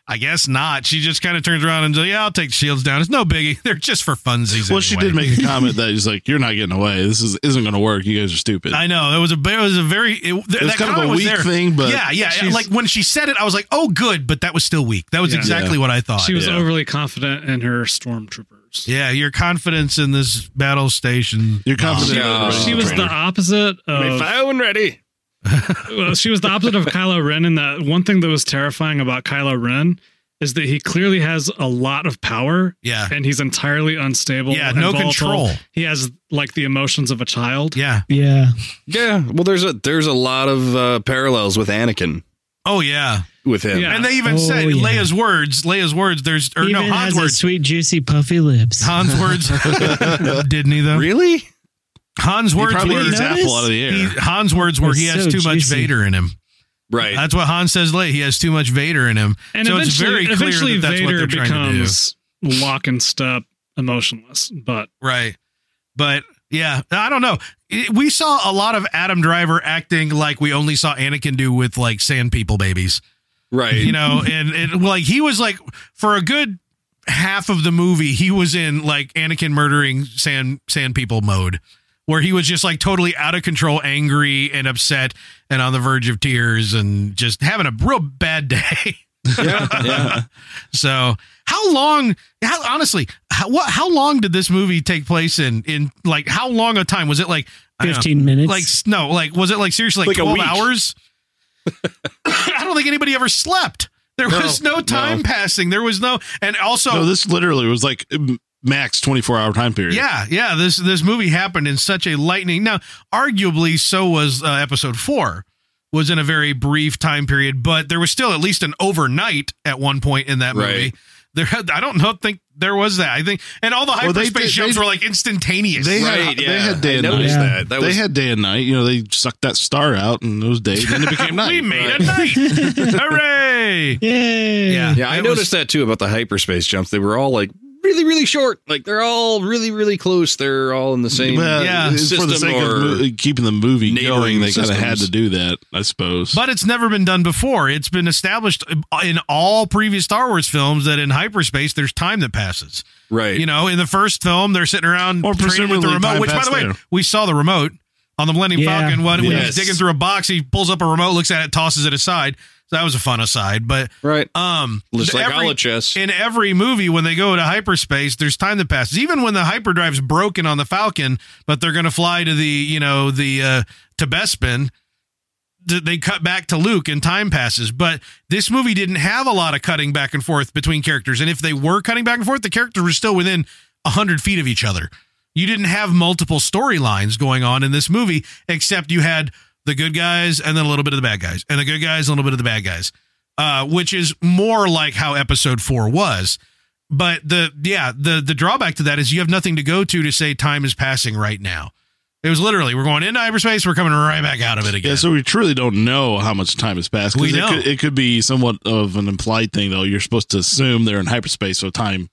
I guess not. She just kind of turns around and says, yeah, I'll take the shields down. It's no biggie. They're just for funsies. Well, she anyway." did make a comment that he's like, "You're not getting away. This is isn't going to work. You guys are stupid." I know it was a it was a very it, th- was that kind of a comment was weak there. thing, but yeah, yeah, she's- Like when she said it, I was like, "Oh, good," but that was still weak. That was Yeah. exactly what I thought. She was Yeah. overly confident in her stormtroopers. Oh, yeah, your confidence in this battle station. You're confident. No. in everybody's She was the trainer. opposite of File and ready. well, she was the opposite of Kylo Ren in that one thing that was terrifying about Kylo Ren is that he clearly has a lot of power Yeah, and he's entirely unstable. Yeah, and no volatile. control. He has like the emotions of a child. yeah. Yeah. Yeah. Well, there's a there's a lot of uh, parallels with Anakin Oh yeah. with him. Yeah. And they even Oh, said yeah. Leia's words. Leia's words. There's or Even no Han's has his words. sweet, juicy, puffy lips. Han's words. Didn't he though? Really? Hans He words. probably were, ate his notice? apple out of the air. he, Hans words were That's he has so too much juicy. Vader in him. Right. That's what Han says later. He has too much Vader in him. And so it's eventually, very clear eventually that that's what Vader they're trying to do. becomes lock and step emotionless. But Right. But yeah, I don't know. It- we saw a lot of Adam Driver acting like we only saw Anakin do with like sand people babies, right. you know, and and like he was like for a good half of the movie, he was in like Anakin murdering sand sand people mode where he was just like totally out of control, angry and upset and on the verge of tears and just having a real bad day. yeah. yeah. So how long? How honestly? How what? How long did this movie take place in? In like how long a time was it? Like I don't know, Fifteen minutes. Like s- no, like was it like seriously like, Like a twelve week. hours? I don't think anybody ever slept. There No, was no time no. passing. There was no, and also no, this literally was like m- max 24 hour time period. yeah, yeah. This this movie happened in such a lightning. Now, arguably, so was uh, episode four, was in a very brief time period, but there was still at least an overnight at one point in that movie. Right. There, I don't know, think there was that. I think, and all the Well, they hyperspace did- jumps they- were like instantaneous. They had, Right, they yeah. had day I and night. noticed Yeah. that. That they was had day and night. You know, they sucked that star out in those days, and it became night. we made a night. Hooray! Yay. Yeah. Yeah, I It was- noticed that too about the hyperspace jumps. They were all like really, really short. Like they're all really, really close. They're all in the same. Well, Yeah. it's for the System sake of or mo- keeping the movie neighboring going, they kind of had systems. to do that, I suppose. But it's never been done before. It's been established in all previous Star Wars films that in hyperspace there's time that passes. right. You know, in the first film, they're sitting around Or training with the presumably remote. time Which, by the passed way, there. we saw the remote on the Millennium Yeah. Falcon. When, when he's Yes. digging through a box, he pulls up a remote, looks at it, tosses it aside. So that was a fun aside. But right. um, Just like every- every, chess. in every movie, when they go to hyperspace, there's time that passes. Even when the hyperdrive's broken on the Falcon, but they're going to fly to the you know the uh, to Bespin. th- They cut back to Luke and time passes, but this movie didn't have a lot of cutting back and forth between characters. And if they were cutting back and forth, the characters were still within hundred feet of each other. You didn't have multiple storylines going on in this movie, except you had the good guys and then a little bit of the bad guys, and the good guys, and a little bit of the bad guys uh, which is more like how episode four was. But the yeah, the the drawback to that is you have nothing to go to to say time is passing right now. It was literally we're going into hyperspace, we're coming right back out of it again. yeah, so we truly don't know how much time has passed. 'cause We it, know. Could, it could be somewhat of an implied thing, though. You're supposed to assume they're in hyperspace, so time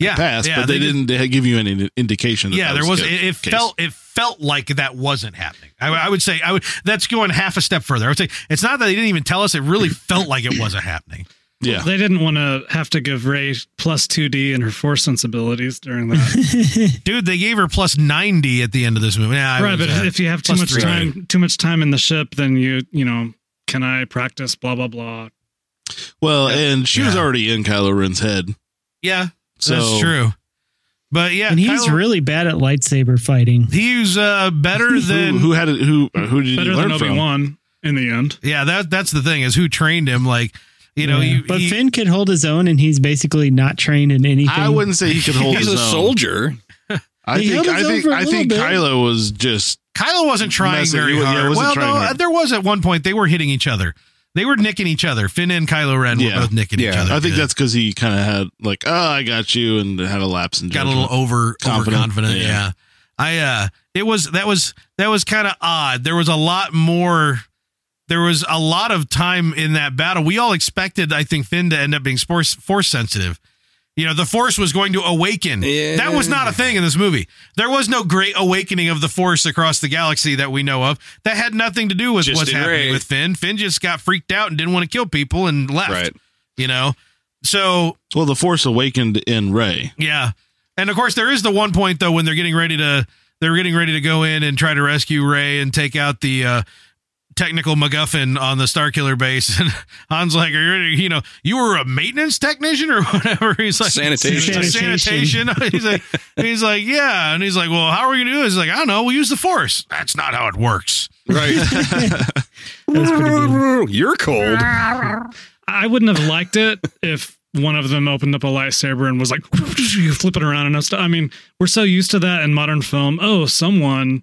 yeah, passed, yeah, but they, did- didn't give you any indication. That Yeah, that there was. the It, it case. felt it felt like that wasn't happening. I, I would say I would. That's going half a step further. I would say it's not that they didn't even tell us. It really felt like it wasn't happening. Yeah. they didn't want to have to give Ray plus 2D and her force sensibilities during that. Dude, they gave her plus ninety at the end of this movie. Yeah, I right, was, but uh, if you have too plus much three. time, too much time in the ship, then you, you know, can I practice blah blah blah. Well, and she was Yeah. already in Kylo Ren's head. yeah, So that's true. But yeah, and he's Kylo- really bad at lightsaber fighting. He's uh, better Who, than who had it? Who who did Better you than learn Obi from? Wan in the end. yeah. That that's the thing is who trained him. Like you know, Yeah. you, but he- Finn could hold his own, and he's basically not trained in anything. I wouldn't say he could hold He's his a own. soldier. I He think held I his own think for a I little think bit. Kylo was just Kylo wasn't trying Messing- very he wa- yeah, hard. wasn't well, trying no, hard. there was at one point they were hitting each other. They were nicking each other. Finn and Kylo Ren Yeah. were both nicking each Yeah. other. I think good. that's because he kind of had like, oh, I got you, and had a lapse in got a judgment. little over Confident. overconfident. Yeah. Yeah. I uh it was that was that was kind of odd. There was a lot more there was a lot of time in that battle. We all expected I think Finn to end up being force force sensitive. You know, the force was going to awaken. Yeah. That was not a thing in this movie. There was no great awakening of the force across the galaxy that we know of. That had nothing to do with Just what's in happening Rey. with Finn. Finn just got freaked out and didn't want to kill people and left. Right. You know? So Well, the Force awakened in Ray. yeah. And of course there is the one point though when they're getting ready to they're getting ready to go in and try to rescue Ray and take out the uh technical MacGuffin on the Starkiller base and Han's like, Are you ready? you know, you were a maintenance technician or whatever? He's like Sanitation. Sanitation. he's like he's like, Yeah. And he's like, Well, how are we gonna do this? He's like, I don't know, we use the force. That's not how it works. Right. That's pretty good. You're cold. I wouldn't have liked it if one of them opened up a lightsaber and was like flipping around and stuff. I mean, we're so used to that in modern film. Oh, someone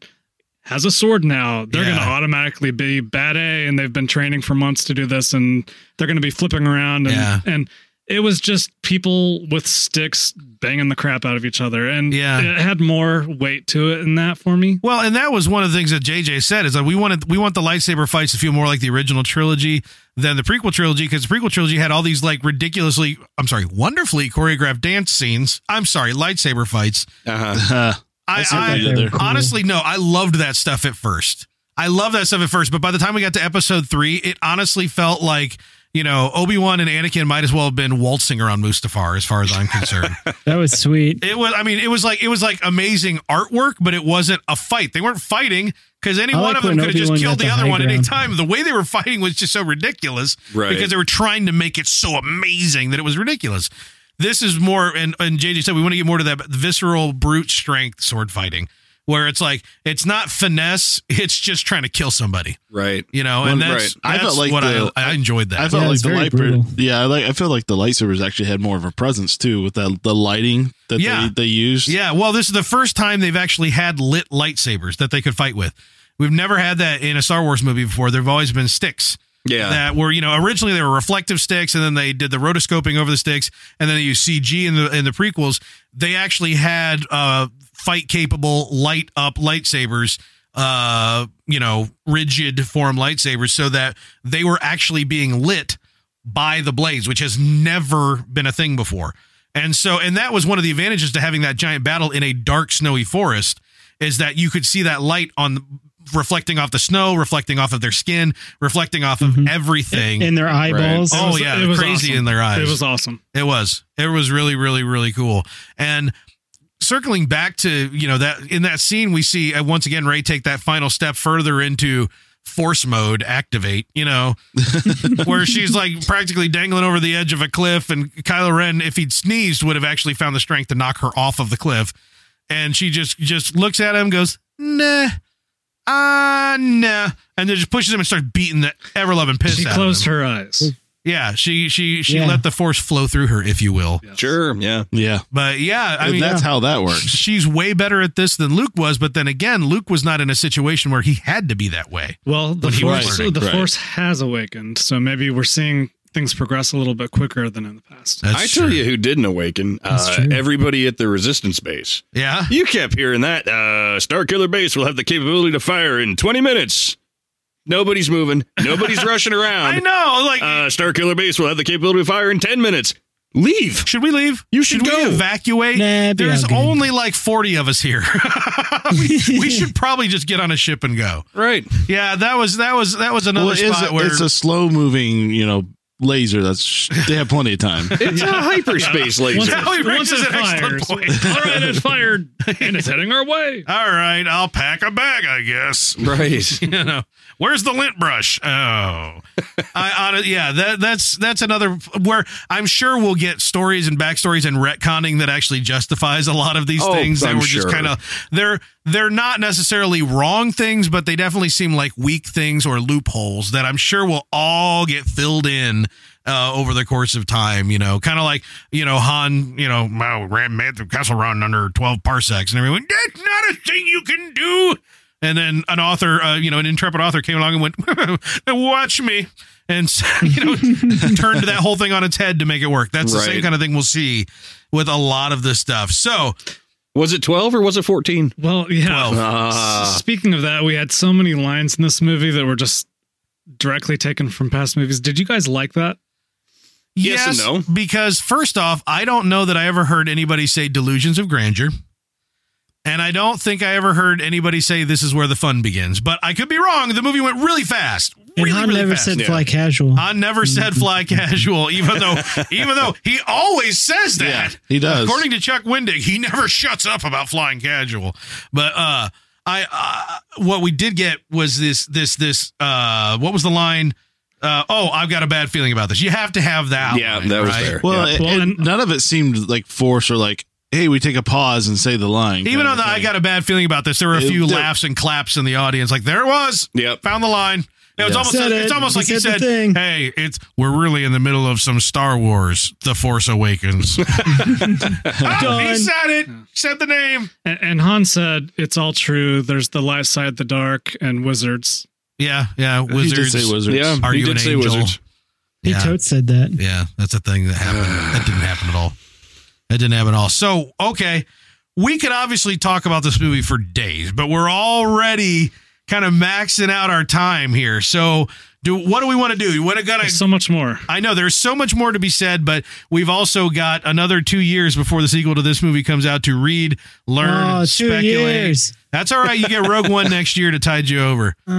has a sword now. They're going Yeah. to automatically be bad A, and they've been training for months to do this, and they're going to be flipping around. And, Yeah. and it was just people with sticks banging the crap out of each other, and Yeah. it had more weight to it in that for me. Well, and that was one of the things that JJ said is that we wanted we want the lightsaber fights to feel more like the original trilogy than the prequel trilogy because the prequel trilogy had all these like ridiculously I'm sorry wonderfully choreographed dance scenes. I'm sorry lightsaber fights. Uh-huh. I, That's I okay. They're cool. honestly no, I loved that stuff at first. I loved that stuff at first, but by the time we got to episode three, it honestly felt like you know Obi Wan and Anakin might as well have been waltzing around Mustafar as far as I'm concerned. That was sweet. It was. I mean, it was like it was like amazing artwork, but it wasn't a fight. They weren't fighting because any I one like of them when could have just Obi-Wan killed got the the other high one at any ground. time. The way they were fighting was just so ridiculous Right. because they were trying to make it so amazing that it was ridiculous. This is more, and and JJ said we want to get more to that visceral, brute strength sword fighting, where it's like it's not finesse; it's just trying to kill somebody, Right. you know. And Well, that's, right. I that's felt like what the- I, I enjoyed that. I felt Yeah, like it's the very lightsaber. brutal. Yeah, I like. I feel like the lightsabers actually had more of a presence too with the the lighting that Yeah. they, they used. Yeah, well, this is the first time they've actually had lit lightsabers that they could fight with. We've never had that in a Star Wars movie before. There've always been sticks Yeah. that were, you know, originally they were reflective sticks, and then they did the rotoscoping over the sticks, and then they used CG in the in the prequels. They actually had uh, fight capable light up lightsabers, uh, you know, rigid form lightsabers, so that they were actually being lit by the blades, which has never been a thing before. And so, and that was one of the advantages to having that giant battle in a dark, snowy forest is that you could see that light on the, reflecting off the snow, reflecting off of their skin, reflecting off of Mhm. everything. And their eyeballs. oh, It was- yeah. it was crazy awesome. in their eyes. It was awesome. It was. It was really, really, really cool. And circling back to, you know, that in that scene, we see uh, once again Ray take that final step further into force mode activate, you know, where she's like practically dangling over the edge of a cliff. And Kylo Ren, if he'd sneezed, would have actually found the strength to knock her off of the cliff. And she just just looks at him, goes, nah. Uh nah, and then just pushes him and starts beating the ever loving piss. She out of closed him. her eyes. Yeah, she she she Yeah. let the force flow through her, if you will. Sure. Yeah. yeah. But yeah, I And mean, that's how that works. she's way better at this than Luke was. But then again, Luke was not in a situation where he had to be that way. Well, the When he was force, learning, the right. force has awakened, so maybe we're seeing things progress a little bit quicker than in the past. That's I tell true. you who didn't awaken. That's Uh, true. everybody at the resistance base. Yeah. You kept hearing that. Uh, Star Killer Base will have the capability to fire in 20 minutes. Nobody's moving. Nobody's rushing I around. know. Like, Uh, Star Killer Base will have the capability to fire in 10 minutes. Leave. should we leave? You Should should go. we evacuate? Nah, be There's all good. only like 40 of us here. we, we should probably just get on a ship and go. right. Yeah, that was that was that was another Well, it is spot a- where it's a slow moving, you know, laser. That's they have plenty of time. It's a hyperspace laser. Now he Once raises it an excellent fires, all right, it fired, and it's heading our way. all right, I'll pack a bag, I guess. Right. you know, where's the lint brush? Oh, I, I yeah, that that's that's another where I'm sure we'll get stories and backstories and retconning that actually justifies a lot of these Oh, things that I'm were sure. just kind of they're they're not necessarily wrong things, but they definitely seem like weak things or loopholes that I'm sure will all get filled in uh, over the course of time. You know, kind of like you know Han. You know, wow, ran made the castle run under twelve parsecs, and everyone that's not a thing you can do. And then an author, uh, you know, an intrepid author came along and went, "Watch me." And you know, turned that whole thing on its head to make it work. That's the same Right. kind of thing we'll see with a lot of this stuff. So, Was it 12 or was it 14? Well, yeah. Uh, S- Ah, Speaking of that, we had so many lines in this movie that were just directly taken from past movies. Did you guys like that? Yes and no. Because first off, I don't know that I ever heard anybody say delusions of grandeur. And I don't think I ever heard anybody say this is where the fun begins. But I could be wrong. The movie went really fast. And Really, Han really never fast. said yeah. fly casual. I never said fly casual, even though even though he always says that. Yeah, he does. According to Chuck Wendig, he never shuts up about flying casual. But uh I uh, what we did get was this this this uh what was the line? Uh, oh, I've got a bad feeling about this. You have to have that. yeah, line, that was right? there. Well, Yeah. it- Well, it- and- none of it seemed like force or like, hey, we take a pause and say the line. Even kind though of the, I thing. got a bad feeling about this, there were a It- few there- laughs and claps in the audience. Like there it was, Yep. found the line. It was Yeah. almost Said it's it. almost He like he said said, the thing. "Hey, it's we're really in the middle of some Star Wars: The Force Awakens." Ah, he Done. said it. Said the name. And, and Han said, "It's all true. There's the light side, the dark, and wizards." Yeah, yeah. He did Wizards. say wizards. Yeah. Are he you did an say angel? wizards. He Yeah. totes said that. Yeah, that's a thing that happened. that didn't happen at all. That didn't happen at all. So, okay, we could obviously talk about this movie for days, but we're already kind of maxing out our time here. So, do what do we want to do? You want to gotta There's so much more. I know there's so much more to be said, but we've also got another two years before the sequel to this movie comes out to read, learn, Oh, two speculate. years. That's all right. You get Rogue One next year to tide you over. you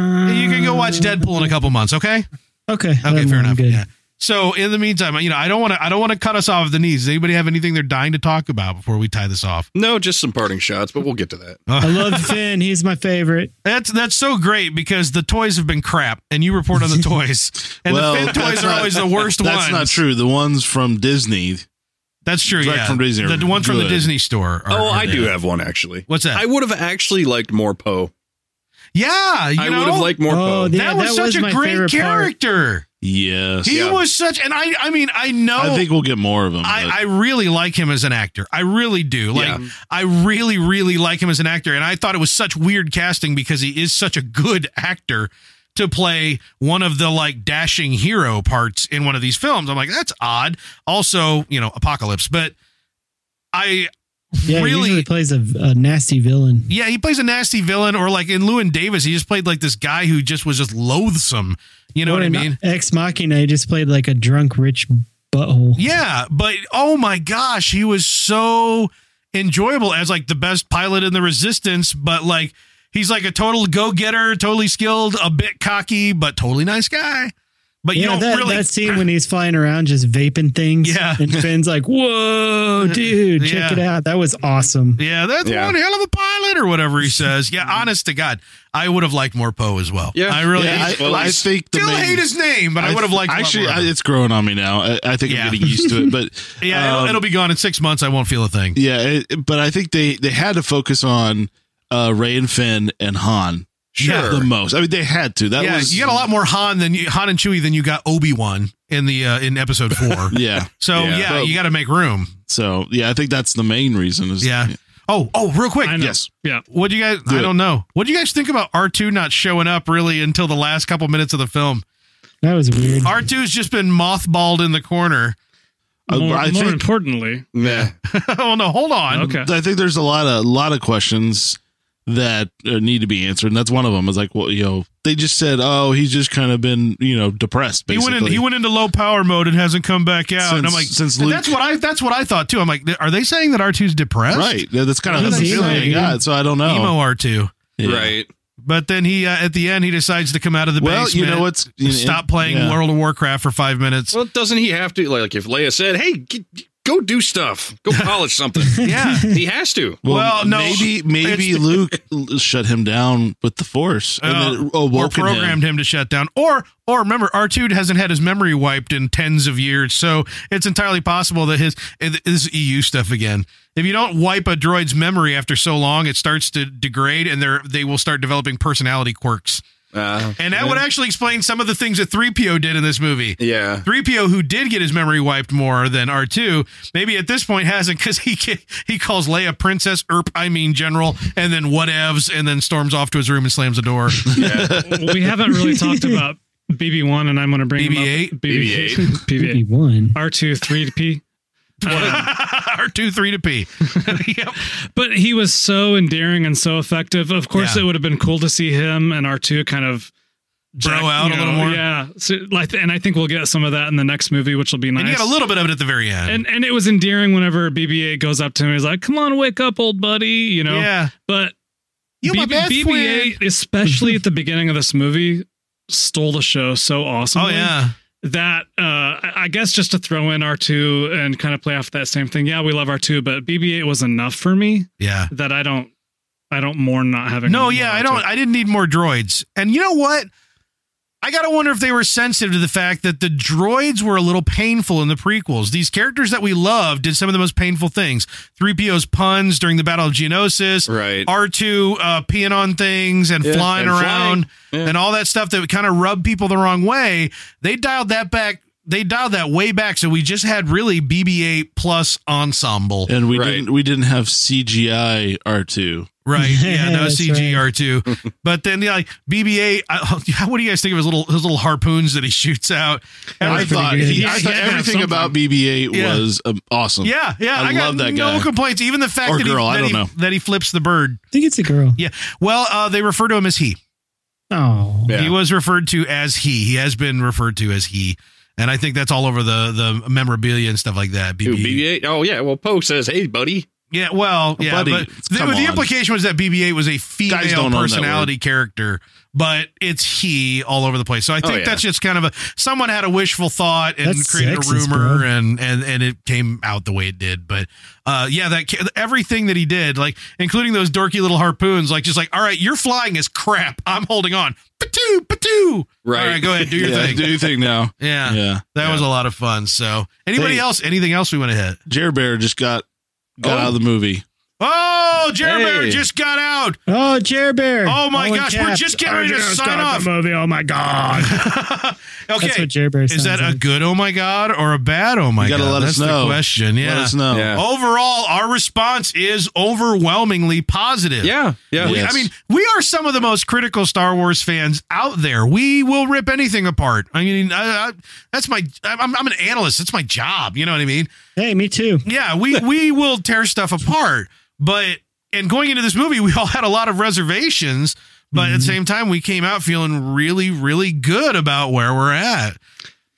can go watch Deadpool in a couple months, okay? Okay. Okay, I'm- fair I'm enough. good. Yeah. So in the meantime, you know, I don't want to. I don't want to cut us off at the knees. Does anybody have anything they're dying to talk about before we tie this off? No, just some parting shots, but we'll get to that. I love Finn. He's my favorite. That's that's so great because the toys have been crap, and you report on the toys, and Well, the Finn that's toys are not- always the worst That's ones. not true. The ones from Disney. That's true. Direct yeah, from Disney are the ones from the good. Disney store. are- Oh, are I do good. have one actually. What's that? I would have actually liked more Poe. yeah, you I know, would have liked more Oh, Poe. the- that, Yeah, was that such was a my great favorite part. character. Yes. He Yeah. was such, and I. I mean, I know. I think we'll get more of them. but- I, I really like him as an actor. I really do. Like Yeah. I really, really like him as an actor. And I thought it was such weird casting because he is such a good actor to play one of the like dashing hero parts in one of these films. I'm like, that's odd. Also, you know, apocalypse. But I Yeah, he really usually plays a, a nasty villain. yeah, he plays a nasty villain, or like in Lewin Davis, he just played like this guy who just was just loathsome. You know Or what I in mean? Ex Machina, he just played like a drunk rich butthole. Yeah, but oh my gosh, he was so enjoyable as like the best pilot in the resistance, but like he's like a total go-getter, totally skilled, a bit cocky, but totally nice guy. But you Yeah, don't that, really that scene when he's flying around just vaping things. Yeah. And Finn's like, whoa, dude, check Yeah. it out. That was awesome. Yeah, that's Yeah. one hell of a pilot or whatever he says. Yeah, honest to God, I would have liked more Poe as well. Yeah. I really Yeah, I, I, well, I think the still main- hate his name, but I, would have liked a lot Actually, more of I, him. it's growing on me now. I, I think Yeah. I'm getting used to it, but Yeah, um, it'll, it'll be gone in six months. I won't feel a thing. yeah. It, but I think they they had to focus on uh Ray and Finn and Han Sure. the most. I mean, they had to. That yeah, was you got a lot more Han than you, Han and Chewie than you got Obi Wan in the uh, in episode four. Yeah. So yeah, Yeah. Well- you got to make room. So yeah, I think that's the main reason. Is Yeah. Oh, oh, real quick. I know. Yes. Yeah. What do you guys? I it. don't know. What do you guys think about R two not showing up really until the last couple minutes of the film? That was weird. R 2s just been mothballed in the corner. I- More, I more think- importantly, Nah. oh no, hold on. okay. I think there's a lot of lot of questions that uh, need to be answered, and that's one of them. Is like, well, you know, they just said, oh, he's just kind of been, you know, depressed. He Basically, went in, he went into low power mode and hasn't come back out. and I'm Since- like, since and Luke- that's what I that's what I thought too. I'm like, are they saying that R 2s depressed? right. Oh. Yeah, That's kind of He's the feeling I emo, got. So I don't know. Emo R two. Yeah. Right. But then he uh, at the end he decides to come out of the Well, basement. you know what's Stop playing yeah. World of Warcraft for five minutes. Well, doesn't he have to? Like, if Leia said, hey, g- g- go do stuff, go polish something, yeah. he has to. Well, Well, no, maybe maybe it's- Luke l- shut him down with the Force and Uh, then or awoken programmed him. him. to shut down. Or or remember, R two hasn't had his memory wiped in tens of years, so it's entirely possible that his it- this is EU stuff again. If you don't wipe a droid's memory after so long, it starts to degrade, and they are they will start developing personality quirks. Uh, And that would actually explain some of the things that 3PO did in this movie. yeah. 3PO, who did get his memory wiped more than R2, maybe at this point hasn't because he ca- he calls Leia princess, erp, I mean general, and then whatevs, and then storms off to his room and slams the door. we haven't really talked about BB1, and I'm going to bring him BB-8? up. BB8, Maybe BB8, one. R2, 3P. R2, 3 to P. yep. But he was so endearing and so effective. Of course, Yeah. it would have been cool to see him and R2 kind of Bro jack- out you a little know, more. Yeah, so, like, and I think we'll get some of that in the next movie, which will be nice. And you got a little bit of it at the very end. and and it was endearing whenever BB-8 goes up to him. He's like, "Come on, wake up, old buddy," you know. Yeah. But You my best friend. BB-8, especially at the beginning of this movie, stole the show so awesome. Oh, yeah. That uh, I I guess just to throw in R2 and kind of play off that same thing. Yeah, we love R2, but BB-8 was enough for me Yeah. that I don't I don't mourn not having. No, more yeah, I R2. don't. I didn't need more droids. And you know what? I gotta wonder if they were sensitive to the fact that the droids were a little painful in the prequels. These characters that we love did some of the most painful things. 3PO's puns during the Battle of Geonosis, Right. R2 uh, peeing on things and Yeah, flying and around flying. Yeah. and all that stuff that kind of rubbed people the wrong way. They dialed that back. They dialed that way back. So we just had really BB-8 plus ensemble, And we Right. didn't we didn't have CGI R2. right? Yeah, no That's CG R2. But then yeah, like BB-8. I, what do you guys think of his little his little harpoons that he shoots out? was I pretty thought, good. he, Yeah, I he thought had to have everything something. about BB-8 Yeah. was um, awesome. Yeah, yeah. I got love that no guy. complaints. Even the fact Or that, girl, he, I that don't he- know. that he flips the bird. I think it's a girl. Yeah. Well, uh, they refer to him as he. Oh, Yeah. He was referred to as he. He has been referred to as he. And I think that's all over the the memorabilia and stuff like that. E. Who, BB. BB-8? Oh yeah. Well, Poe says, "Hey, buddy." Yeah, well, yeah, buddy, but the, come the on. implication was that BB-8 was a Guys female don't own that personality character, but it's he all over the place. So Oh, I think yeah. that's just kind of a someone had a wishful thought and That's created a sexist, rumor, bro. and and and it came out the way it did. But uh, yeah, that ca- everything that he did, like including those dorky little harpoons, like just like, all right, you're flying as crap. I'm holding on. Patoo, patoo. Right. All right, go ahead, do your Yeah, thing. Do your thing now. Yeah, yeah. that Yeah. was a lot of fun. So anybody Hey. else? Anything else we want to hit? Jared Bear just got got Oh. out of the movie. Oh, Jeremy Hey. just got out. oh, Jer Bear. Oh my All in gosh, we're caps. just getting ready to sign off. movie. Oh my god. That's okay. what Jer Bear Is that sounds a good oh my god or a bad oh my You gotta god? let us That's the know. question. Yeah. Let us know. Yeah. Overall, our response is overwhelmingly positive. Yeah. Yeah. We- Yes. I mean, we are some of the most critical Star Wars fans out there. We will rip anything apart. I mean, I, I, that's my. I'm, I'm an analyst. It's my job. You know what I mean? like. Hey, me too. Yeah, we we will tear stuff apart. But and going into this movie, we all had a lot of reservations. But at the same time, we came out feeling really, really good about where we're at.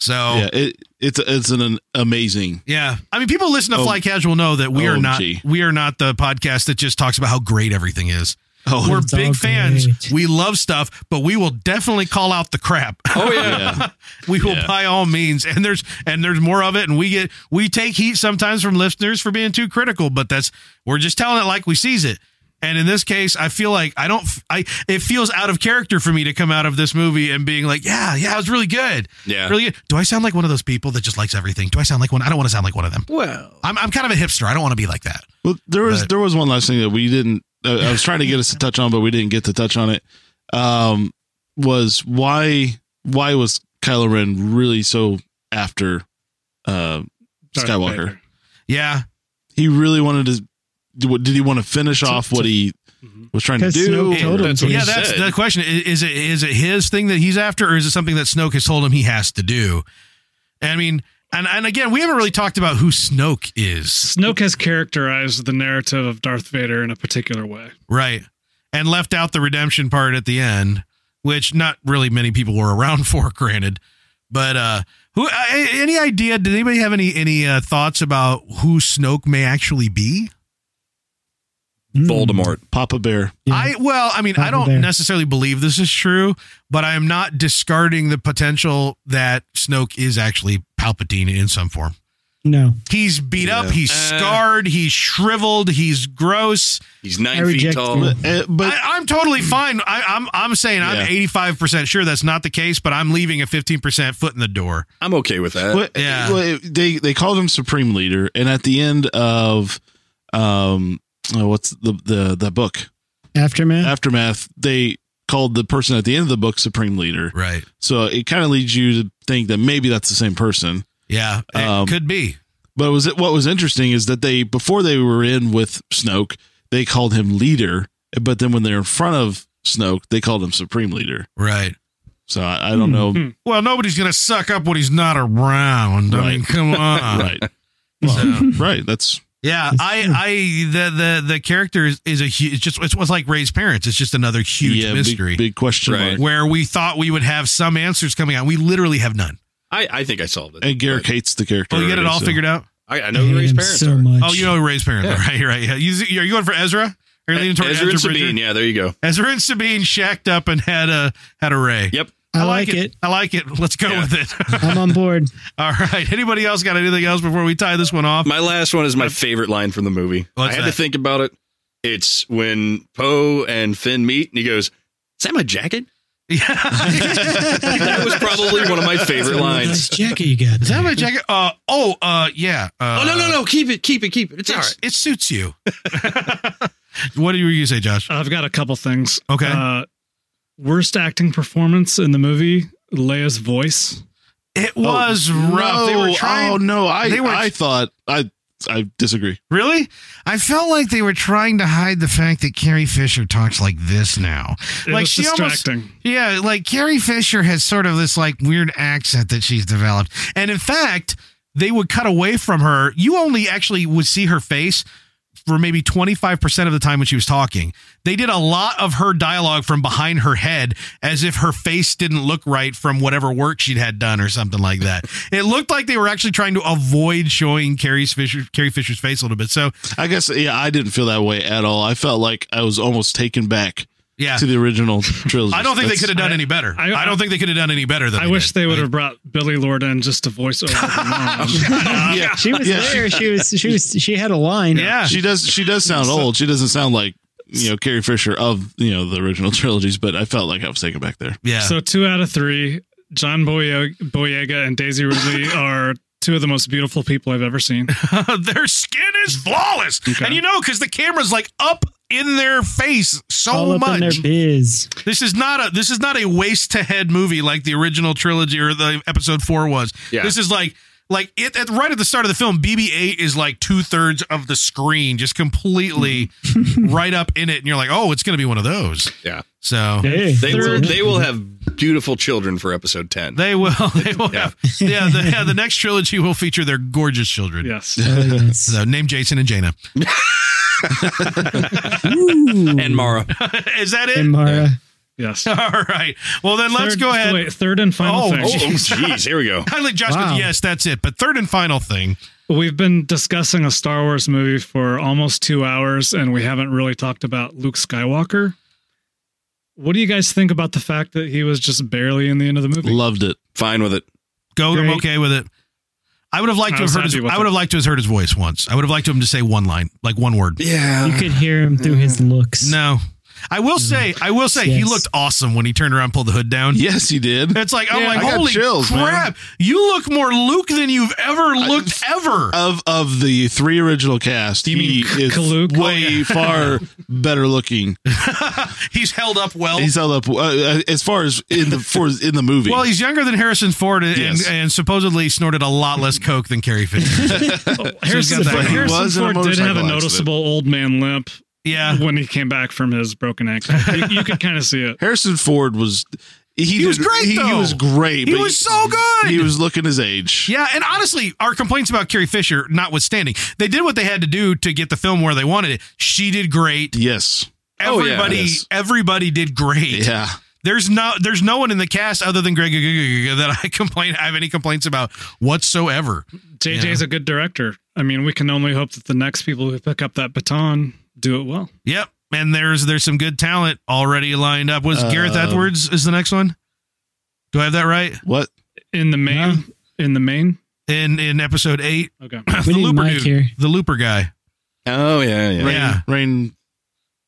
So Yeah, yeah, it, it's it's an, an amazing. I mean, people listen to Oh. Fly Casual know that we are not OMG. we are not the podcast that just talks about how great everything is. Oh, We're it's all big fans. great. We love stuff, but we will definitely call out the crap. Oh yeah. yeah. we will Yeah. by all means and there's and there's more of it and we get we take heat sometimes from listeners for being too critical but that's we're just telling it like we sees it and in this case i feel like i don't i it feels out of character for me to come out of this movie and being like yeah yeah it was really good Yeah. really good do i sound like one of those people that just likes everything do i sound like one i don't want to sound like one of them Well. i'm, I'm kind of a hipster i don't want to be like that Well, there was But- there was one last thing that we didn't. Uh, I was trying to get us to touch on, but we didn't get to touch on it. Um, was why why was Kylo Ren really so after uh, Darth Skywalker? Vader. yeah He really wanted to. do what- Did he want to finish off what he Mhm. was trying to Because do? Snoke told him That's to. what he yeah said. that's the question I- is it is it his thing that he's after or is it something that snoke has told him he has to do i mean and, and again we haven't really talked about who snoke is Snoke has characterized the narrative of Darth Vader in a particular way. right and left out the redemption part at the end which not really many people were around for granted but uh who uh, any idea did anybody have any any uh, thoughts about who snoke may actually be Mm. Voldemort. Papa Bear. Yeah. I well, I mean, I Over don't there. necessarily believe this is true, but I am not discarding the potential that Snoke is actually Palpatine in some form. No, He's beat up, Yeah. Eh. he's Uh. scarred, he's shriveled, he's gross. He's I nine feet reject tall. that. But, uh, but I, I'm totally fine. I, I'm I'm saying I'm Yeah. 85 percent sure that's not the case, but I'm leaving a 15 percent foot in the door. I'm okay with that. Well, Uh, Yeah. well, they they called him supreme leader, and at the end of um, oh, what's the the the book aftermath. aftermath, they called the person at the end of the book Supreme Leader. Right. So it kind of leads you to think that maybe that's the same person. Yeah. It Um, could be. But it was what was interesting is that they before they were in with Snoke, they called him leader, but then when they're in front of Snoke, they called him Supreme Leader. Right. So I, I don't know. Well, nobody's gonna suck up when he's not around. I mean, Right. come on. Right. So- Right. That's Yeah, I, I, the, the, the character is, is a huge. It's just it's, it's like Ray's parents. It's just another huge yeah, big- mystery Big, question Right. mark. where we thought we would have some answers coming out. We literally have none. I, I think I solved it. And Garrick hates the character. Well, you get it already, all so- figured out. I, I I know hate who his him parents so are. much. Oh, you know Ray's parents, Yeah. right? Right. Yeah. You, are you going for Ezra? Are you leaning towards Ezra and Bridger? Sabine. Yeah, there you go. Ezra and Sabine shacked up and had a had a Ray. Yep. I, like it. I like it. Let's go Yeah. with it. I'm on board. all right. Anybody else got anything else before we tie this one off? My last one is my favorite line from the movie. What's I had that? to think about it. It's when Poe and Finn meet, and he goes, "Is that my jacket?" Yeah. That was probably one of my favorite Nice lines. jacket you got. Is that my jacket? Uh oh. Uh yeah. Uh, Mm-hmm. oh no, no, no! Keep it, keep it, keep it. It's all It's- right. It suits you. what do you say, Josh? I've got a couple things. Okay. Uh, worst acting performance in the movie, Leia's voice. It was rough. they were trying. Oh no, I they were- I thought I I disagree. Really? I felt like they were trying to hide the fact that Carrie Fisher talks like this now. It Like, was she almost- distracting. Yeah, like Carrie Fisher has sort of this like weird accent that she's developed. And in fact, they would cut away from her. You only actually would see her face for maybe 25% of the time when she was talking. They did a lot of her dialogue from behind her head as if her face didn't look right from whatever work she'd had done or something like that. it looked like they were actually trying to avoid showing Carrie Fisher Carrie Fisher's face a little bit. So, I guess yeah, I didn't feel that way at all. I felt like I was almost taken back yeah. to the original trilogy. I don't think they could have done I- any better. I, I- don't think they could have done any better than I wish did. they would have brought Billy Lord in just to voice over. the mom. done. Yeah, She was Yeah. there. She was. She was. She had a line. Yeah. she does. She does sound old. She doesn't sound like you know Carrie Fisher of you know the original trilogies. But I felt like I was taken back there. Yeah. So two out of three, John Boyega, Boyega and Daisy Ridley are two of the most beautiful people I've ever seen. their skin is flawless. Okay. And you know, because the camera's like up in their face so All up much. in their biz. This is not a this is not a waist to head movie like the original trilogy or the episode four was. Yeah. This is like like it at, right at the start of the film, BB-8 is like two thirds of the screen, just completely right up in it, and you're like, oh, it's gonna be one of those. Yeah. So Hey, They will. third. They will have beautiful children for episode ten. they will. They will. Yeah. Have, yeah, the, yeah. The next trilogy will feature their gorgeous children. Yes. Oh, yes. So name Jason and Jaina. Ooh. And Mara. is that it? And Mara. Yes. All right. Well, then let let's Third- go ahead. Wait, third and final Oh, Oh, thing. jeez, here we go. I like Josh. Wow. goes, Yes, that's it. But third and final thing. We've been discussing a Star Wars movie for almost two hours, and we haven't really talked about Luke Skywalker. What do you guys think about the fact that he was just barely in the end of the movie? Loved it. Fine with it. Go. I'm Great. okay with it. I would have liked I to have was heard. His, happy with I would it. have liked to have heard his voice once. I would have liked to him to say one line, like one word. Yeah. You could hear him through his looks. No. I Mm. will say. I will say. He Yes. looked awesome when he turned around, and pulled the hood down. Yes, he did. It's like I'm Yeah, like I got holy chills, man. crap! You look more Luke than you've ever looked ever. Of of the three original cast, You mean he K- is Kaluk? Oh, way far better looking. he's held up well. He's held up uh, as far as in the for in the movie. well, he's younger than Harrison Ford, and, Yes. and, and supposedly snorted a lot less coke than Carrie Fisher. Harrison, got that Ford, going. Harrison He was in a motorcycle Ford did have a accident. noticeable old man limp yeah, when he came back from his broken ankle. you, you could kind of see it. Harrison Ford was he, did- was great, He, though. was great. He but was so good. He was looking his age. Yeah, and honestly, our complaints about Carrie Fisher notwithstanding, they did what they had to do to get the film where they wanted it. She did great. Yes. Oh, yeah. Everybody, Yes. everybody did great. Yeah. There's no, there's no one in the cast other than Greg that I complain, I have any complaints about whatsoever. JJ's a good director. I mean, we can only hope that the next people who pick up that baton do it well. Yep, and there's there's some good talent already lined up. Uh, Was Gareth Um, Edwards is the next one? Do I have that right? What? In the main, in the main. In in episode eight, Okay. the We need looper Mike dude, here. the looper guy. Oh yeah, yeah. Yeah. Rain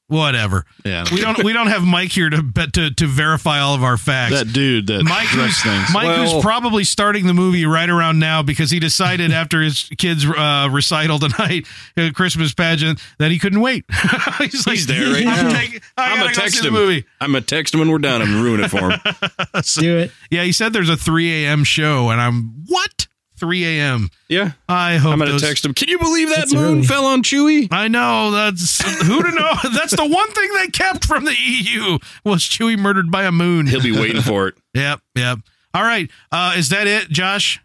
whatever. Yeah. We don't we don't have Mike here to bet to, to verify all of our facts. That dude that Mike, who's, wrecks things. Mike Well- who's probably starting the movie right around now because he decided after his kids' uh, recital tonight, uh, Christmas pageant, that he couldn't wait. he's, like, there right I'm now. taking- I I'm gotta gonna go text see the him. movie. I'm gonna text him when we're done. I'm gonna ruin it for him. Do it. Yeah, he said there's a 3 a.m. show, and I'm what 3 a.m. Yeah, I hope I'm gonna those- text him. Can you believe that That's moon early. fell on Chewie? I know that's who to know. That's the one thing they kept from the EU was Chewie murdered by a moon. He'll be waiting for it. Yep, yep. All right, uh, is that it, Josh?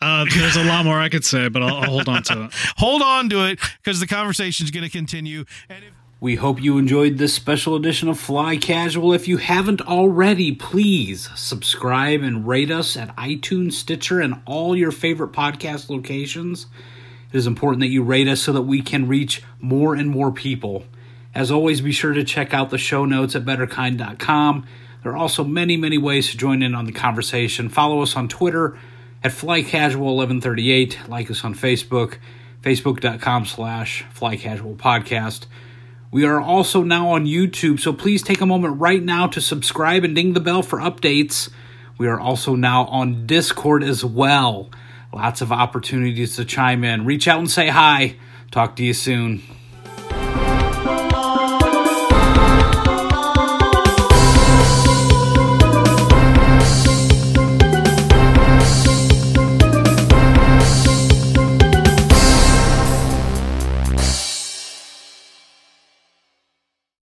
Uh, there's a lot more I could say, but I'll, I'll hold on to it. Hold on to it because the conversation's going to continue. And if- We hope you enjoyed this special edition of Fly Casual. If you haven't already, please subscribe and rate us at iTunes, Stitcher, and all your favorite podcast locations. It is important that you rate us so that we can reach more and more people. As always, be sure to check out the show notes at betterkind.com. There are also many, many ways to join in on the conversation. Follow us on Twitter at flycasual1138. Like us on Facebook, facebook.com slash flycasualpodcast. We are also now on YouTube, so please take a moment right now to subscribe and ding the bell for updates. We are also now on Discord as well. Lots of opportunities to chime in. Reach out and say hi. Talk to you soon.